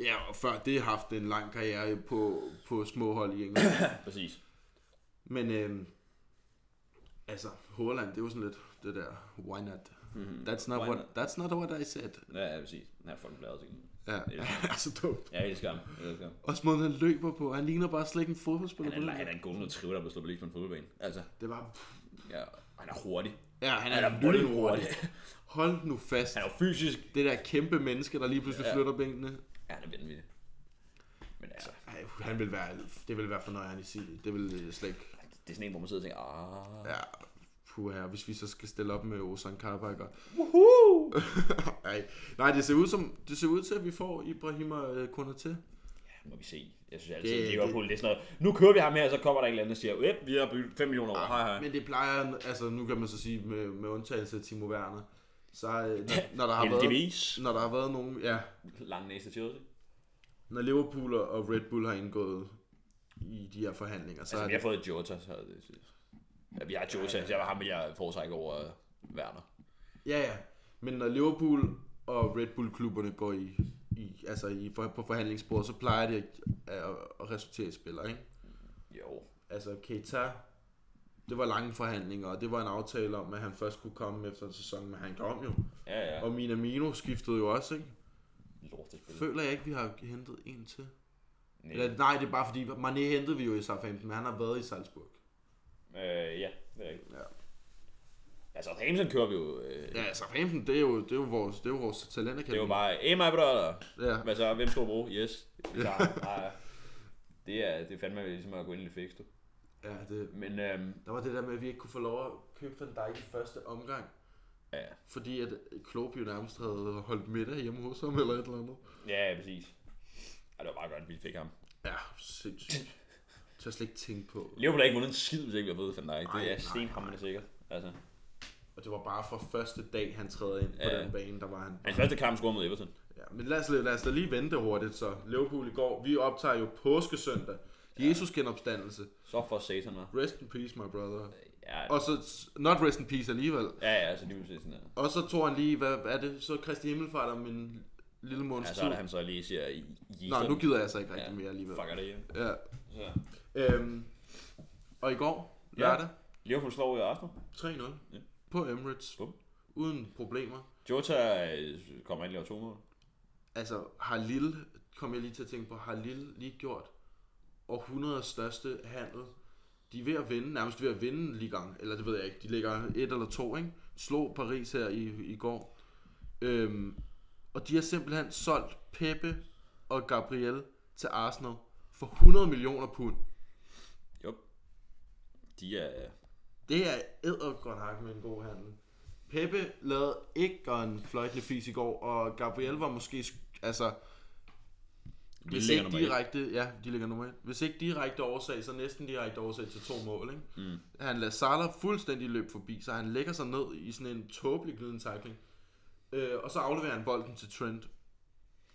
Ja, og før det har haft en lang karriere på, på småhold i England.
Præcis.
Men øhm, altså, Holland, det er jo sådan lidt det der, why not? Mm-hmm. That's, not
Mhm. Why
what,
not?
that's not what I said.
Ja, ja, præcis. Han har fucking bladet sig.
Ja,
elsker
altså dumt.
Jeg elsker ham. Jeg elsker ham.
Også måden, han løber på. Han ligner bare slet ikke en fodboldspiller.
Han er,
på den
han er en god og triver, der er blevet slået på lige på en fodboldbane. Altså,
måde. Det var...
ja, han er hurtig.
Ja, han
Han
er,
er
lynhurtig.
voldhurtig.
Hold nu fast.
Han er jo fysisk.
Det der kæmpe menneske, der lige pludselig
Ja.
flytter bænkene.
Ja, han er vanvittig. Men altså,
Ej, han vil være... Det vil være for nøjeren i Silje. Det vil øh, slet ikke...
det er sådan en, hvor man sidder og tænker, ah,
Ja, puha, og hvis vi så skal stille op med Ozan Kabak og... Woohoo! nej, nej, det ser ud, som, det ser ud til, at vi får Ibrahim og øh, Konaté.
nu må vi se. Jeg synes altid, at Liverpool, det er sådan noget, nu kører vi ham her, og så kommer der en eller anden og siger, "Øp, vi har bygget 5 millioner over, hej hej.
Men det plejer, altså nu kan man så sige, med, med undtagelse af Timo Werner, så øh, når, når, der har
Heldigvis.
været, når der har været nogen, ja,
Lang næse til Chelsea.
når Liverpool og- og Red Bull har indgået i de her forhandlinger,
Altså,
så altså, er
vi har
det,
fået Jota, så det, ja, vi har Jota, så jeg var ham, jeg foretrækker over øh, Werner.
ja, ja, men når Liverpool og Red Bull klubberne går i, i altså i, for, på forhandlingsbordet, så plejer det at, at, at resultere i spillere, ikke?
Jo,
altså Keita, det var lange forhandlinger, og det var en aftale om, at han først kunne komme efter en sæson, men han kom jo.
ja ja,
Og Minamino skiftede jo også, ikke?
lortespil.
Føler jeg ikke, vi har hentet en til? Nej. Eller, nej, det er bare fordi, Mané hentede vi jo i Southampton, men han har været i Salzburg.
Øh, ja, det er rigtigt.
Ja.
Altså, Hamilton kører vi jo... Øh,
Ja, Southampton, det er jo, det er jo vores, det er jo vores talentakademi.
Det er jo bare, hey my brother,
Ja.
hvad så, hvem skal du bruge? Yes. Så, nej, det er, det er fandme ligesom at gå ind i det fix, du.
Ja, det,
Men øhm,
der var det der med, at vi ikke kunne få lov at købe Van Dijk i første omgang.
ja,
Fordi at Klopp jo nærmest havde holdt middag hjemme hos ham eller et eller andet.
ja, ja, præcis. Ej, det var bare godt, at vi fik ham.
Ja, sindssygt. Så jeg slet ikke tænke på.
Liverpool har ikke vundet en skid, hvis ikke vi har fået Van Dijk.
Nej,
Det er
nej,
stenhammerende sikkert. Altså,
Og det var bare fra første dag, han træder ind på
Ja. Altså-
ja. den bane, der var han.
hans første kamp scorede mod Everton.
Ja, men lad os, lad os da lige vente hurtigt, så Liverpool i går. Vi optager jo påskesøndag. Jesus genopstandelse.
Så for satan, var.
Rest in peace, my brother.
Ja,
Og så, not rest in peace alligevel.
ja, ja, altså lige præcis sådan der.
Og så tog han lige, hvad, hvad er det? Så Kristi Himmelfart om en lille måneds
Ja,
ja,
Altså, så er det,
tid.
han så lige siger, "I- I-
Nå, nu gider jeg så ikke
Ja,
rigtig mere alligevel.
Fucker det, ja.
Ja.
Ja.
Øhm, og i går, lørdag,
Liverpool slår jo Arsenal.
3-0
Ja.
på Emirates.
Bum.
Uden problemer.
Jota øh, kommer ind og laver to mål.
Altså, har Lille, kom jeg lige til at tænke på, har Lille lige gjort århundredets største handel. De er ved at vinde, nærmest ved at vinde ligang, eller det ved jeg ikke, de ligger et eller to, ikke? Slog Paris her i, i går. Øhm, og de har simpelthen solgt Pepe og Gabriel til Arsenal for 100 millioner pund.
Jo. De er...
Det er ædergodt hak med en god handel. Pepe lavede ikke en fløjtende fis i går, og Gabriel var måske, sk- altså, hvis
ligger
ikke
nummer et.
direkte, ja, de ligger nummer et. Hvis ikke direkte årsag, så næsten direkte årsag til to mål, ikke? Mm. Han lader Salah fuldstændig løbe forbi, så han lægger sig ned i sådan en tåbelig glidende tackling. Øh, og så afleverer han bolden til Trent.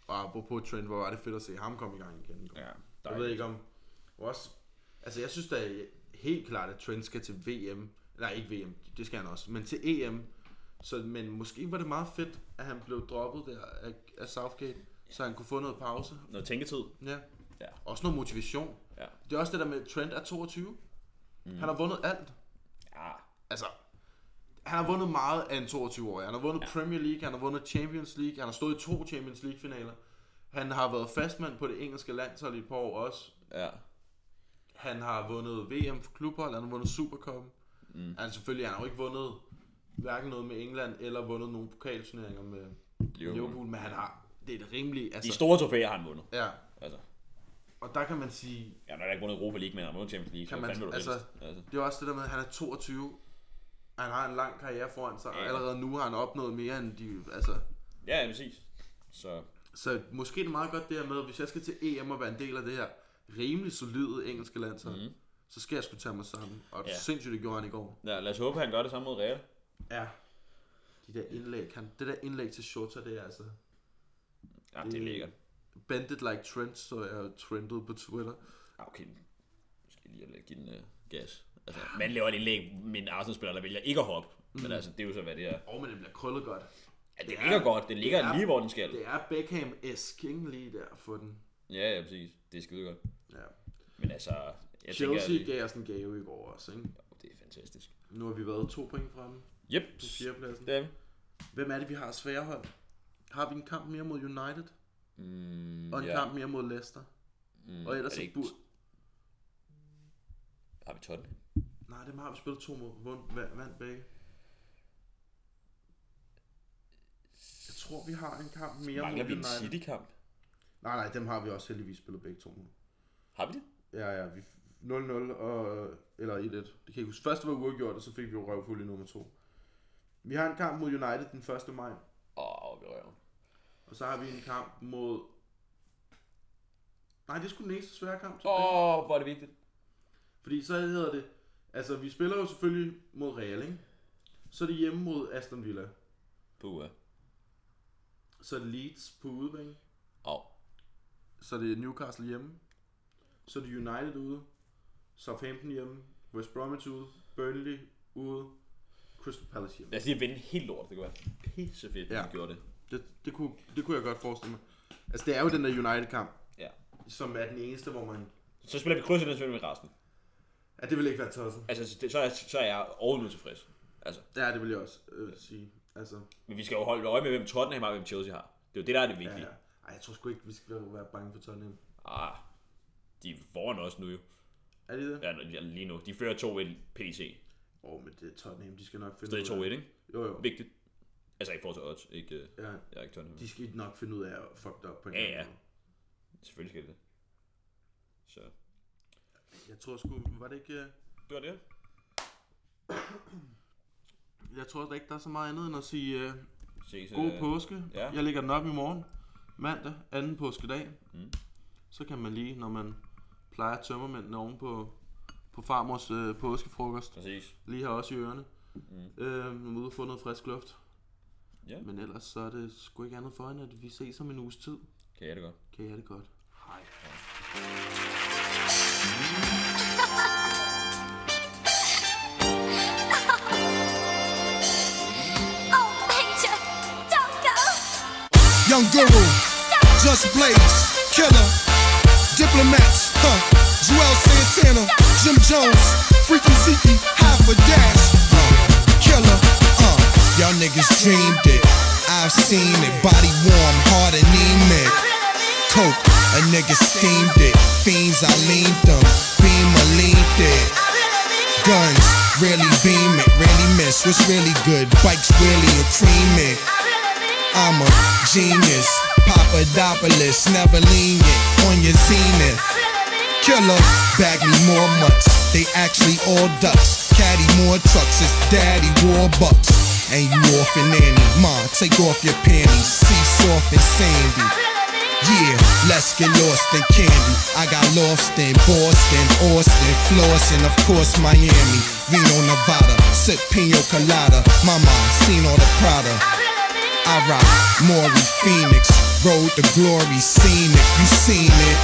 Og apropos Trent, hvor var det fedt at se ham komme i gang igen. i går.
Ja,
Jeg ved ikke om... Også, altså, jeg synes da helt klart, at Trent skal til VM. Nej, ikke VM, det skal han også. Men til EM. Så, men måske var det meget fedt, at han blev droppet der af, af Southgate, så han kunne få noget pause.
Noget tænketid.
Ja.
Ja.
Også noget motivation.
Ja.
Det er også det der med, at Trent er 22. Mm. Han har vundet alt.
Ja.
Altså, han har vundet meget af en 22-årig. Han har vundet ja. Premier League, han har vundet Champions League, han har stået i to Champions League-finaler. Han har været fastmand på det engelske landshold i et par år også.
Ja.
Han har vundet VM for klubhold, han har vundet Supercup. Mm. Altså selvfølgelig, han har jo ikke vundet hverken noget med England, eller vundet nogle pokalturneringer med Liverpool, Liverpool men han har, det er et rimeligt, altså,
De store trofæer har han vundet.
ja.
Altså,
Og der kan man sige,
ja, han har da ikke vundet Europa League, men han har vundet Champions League.
kan
så fandme
man,
du
altså,
helst. altså.
det er også det der med, at han er 22, og han har en lang karriere foran sig, og
Ja.
allerede nu har han opnået mere end de, altså,
Ja, ja, præcis. Så
så måske er det meget godt det her med, at hvis jeg skal til EM og være en del af det her rimelig solide engelske landshold, mm. så skal jeg sgu tage mig sammen, og
Mhm. Ja.
ja. sindssygt det gjorde han i går.
ja, lad os håbe, at han gør det samme mod Real.
Ja. De der indlæg, han, det der indlæg til Shota, det er altså...
Ja, det er
Mm.
lækkert.
Bend it like Trent, så jeg jo trendede på Twitter.
Ja, Ah, okay. Nu skal jeg lige at give den øh, gas. Altså, man laver et indlæg med en Arsenal-spiller, der vælger ikke at hoppe. Men altså, det er jo så, hvad det er.
Åh, oh, men det bliver krøllet godt.
Ja, det
Mm. er-
ligger godt. Det ligger
det er-
lige, hvor den skal.
Det er Beckham-esk, ikke? Lige der for den.
Ja, ja, præcis. Det er skide godt.
Ja.
Men altså, jeg
Chelsea
tænker...
gav os en gave i går også, ikke?
at- Det er fantastisk.
Nu har vi været to point fremme
Yep.
på fjerdepladsen.
Det er vi.
Hvem er det, vi har svære hold? Har vi en kamp mere mod United?
Mm,
Og en
ja.
kamp mere mod Leicester?
Mm,
Og ellers
er
så
det ikke-
bur-
Har vi Tottenham?
Nej, dem har vi spillet to mod. Vund, vand, vand begge. Jeg tror, vi har en kamp mere
Mangler
mod
vi en
United.
City-kamp?
Nej, nej, dem har vi også heldigvis spillet begge to mod.
Har vi det?
Ja, ja, vi 0-0 og, eller 1-1. Det kan jeg ikke huske. Først var uafgjort, og så fik vi jo røvfuld i nummer 2. Vi har en kamp mod United den 1. maj,
Åh, oh, vi røven.
og så har vi en kamp mod Nej, det skulle den eneste svære kamp.
Åh, oh, hvor er det vigtigt.
Fordi så hedder det... Altså, vi spiller jo selvfølgelig mod Real, ikke? Så er det hjemme mod Aston Villa.
Puh, ja.
Så er det Leeds på udebane.
Au.
Så er det Newcastle hjemme. Så er det United ude. Southampton hjemme. West Bromwich ude. Burnley ude. Crystal Palace hjemme.
Lad os lige vende helt lort. Det kunne være pisse fedt, ja.
Ja.
hvis vi gjorde det.
Det, det, kunne, det kunne jeg godt forestille mig. Altså, det er jo den der United-kamp,
Ja.
som er den eneste, hvor man...
Så spiller vi krydset, og spiller vi resten.
Ja, det vil ikke være tosset.
Altså, det, så, er, så er jeg overhovedet tilfreds. Altså,
Ja, det vil jeg også øh, sige. Altså,
men vi skal jo holde øje med, hvem Tottenham har, og hvem Chelsea har. Det er jo det, der er det
ja,
vigtige.
ja. Ej, jeg tror sgu ikke, vi skal være- være bange for Tottenham.
Ah, de er foran os nu jo.
Er det det?
Ja, lige nu. De fører 2-1 PC.
Åh, oh, men det er Tottenham, de skal nok
Stadig
finde
2-1,
ud af.
ikke?
Jo, jo.
Vigtigt. Altså, i forhold til odds. Ikke, øh,
Ja,
jeg er ikke Tottenham.
de skal nok finde ud af at fuck det op på en
Ja,
eller
ja.
anden måde.
Selvfølgelig skal de det. Så,
Jeg tror sgu, var det ikke... øh,
det var det.
Jeg tror da ikke, der er så meget andet end at sige øh,
Ses,
god
øh,
påske.
ja.
Jeg lægger den op i morgen, mandag, anden påskedag. Mm. Så kan man lige, når man plejer tømmermændene oven på, på farmors øh, påskefrokost,
Præcis.
lige her også i ørerne, mm. øh, ude og få noget frisk luft.
Ja.
Men ellers så er det sgu ikke andet for, end at vi ses om en uges tid.
Kan jeg det godt.
Kan I have det godt.
Oh, Major, don't go!
Young Guru, Just Blaze, Killer, Diplomats, huh? Joel Santana, Jim Jones, Freaky Zeke, Half a Dash, huh? Killer, uh. Y'all niggas dreamed it. I've seen it. Body warm, heart anemic. Coke, a nigga steamed it. Fiends, I leaned them. Beam, I leaned it. Guns, really beam it, really miss. What's really good? Bikes, really a cream it. I'm a genius. Papadopoulos, never lenient on your zenith. Killer, bag me more mutts. They actually all ducks. Caddy more trucks, it's daddy warbucks. And you off and nanny. Ma, take off your panties. See soft and sandy. Yeah, let's get lost in candy. I got lost in Boston, Austin, Flossin, of course Miami, Reno, Nevada. Sip pino colada. Mama, seen all the Prada. I rock Maury Phoenix, road to glory, seen it, you seen it.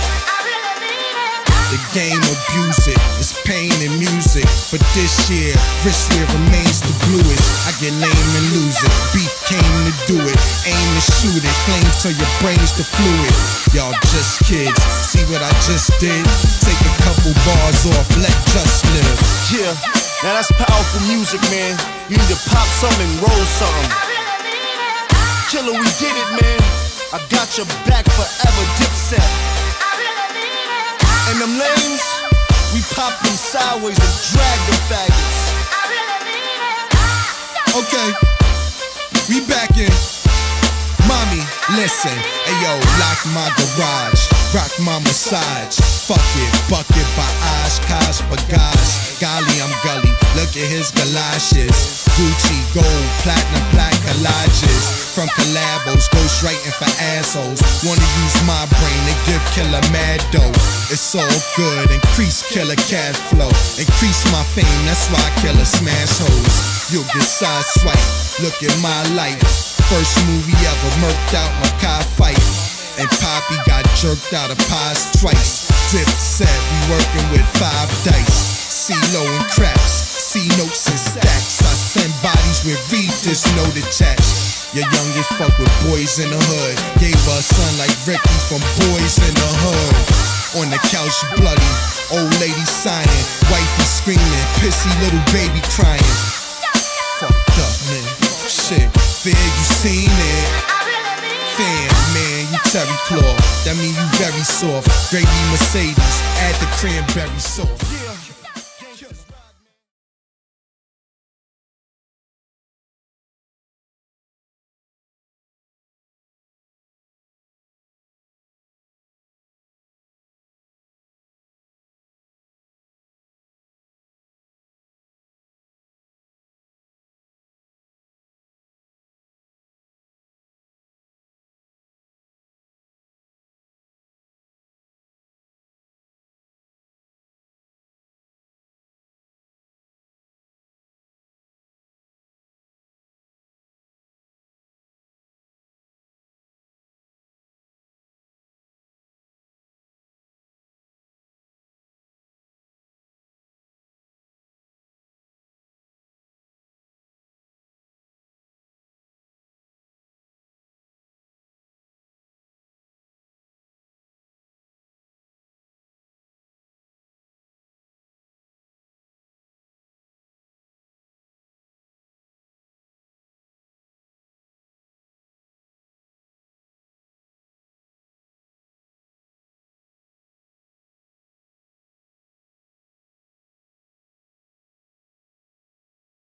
The game abuse it, it's pain and music. But this year, wristwear remains the bluest. I get lame and lose it. Beef came to do it, aim to shoot it. Flames till your brain's the fluid. Y'all just kids, see what I just did? Take a couple bars off, let just live.
Yeah, now that's powerful music, man. You need to pop something, roll something. Killer, we did it, man. I got your back forever, dipset. And them lanes, we pop them sideways and drag them faggots.
Okay, we back in. Mommy, listen, ayo, lock my garage, rock my massage. Fuck it, bucket by Oshkosh bagage. Golly, I'm gully, look at his galoshes. Gucci, gold, platinum, black collages. From collabos, ghostwriting for assholes. Wanna use my brain to give killer mad dough. It's all good, increase killer cash flow. Increase my fame, that's why killer smash hoes. You'll get side swipe, look at my life. First movie ever murked out my car fight. And Poppy got jerked out of pies twice. Dip set, we working with five dice. See low and craps, see notes and stacks. I send bodies with readers, no detached. Your youngest fuck with boys in the hood. Gave us son like Ricky from Boys in the Hood. On the couch, bloody. Old lady sighing. Wifey screaming. Pissy little baby crying. Fucked up, man. Shit, there you seen it. Fan, man, you terry cloth. That mean you very soft. Gravy Mercedes, add the cranberry sauce.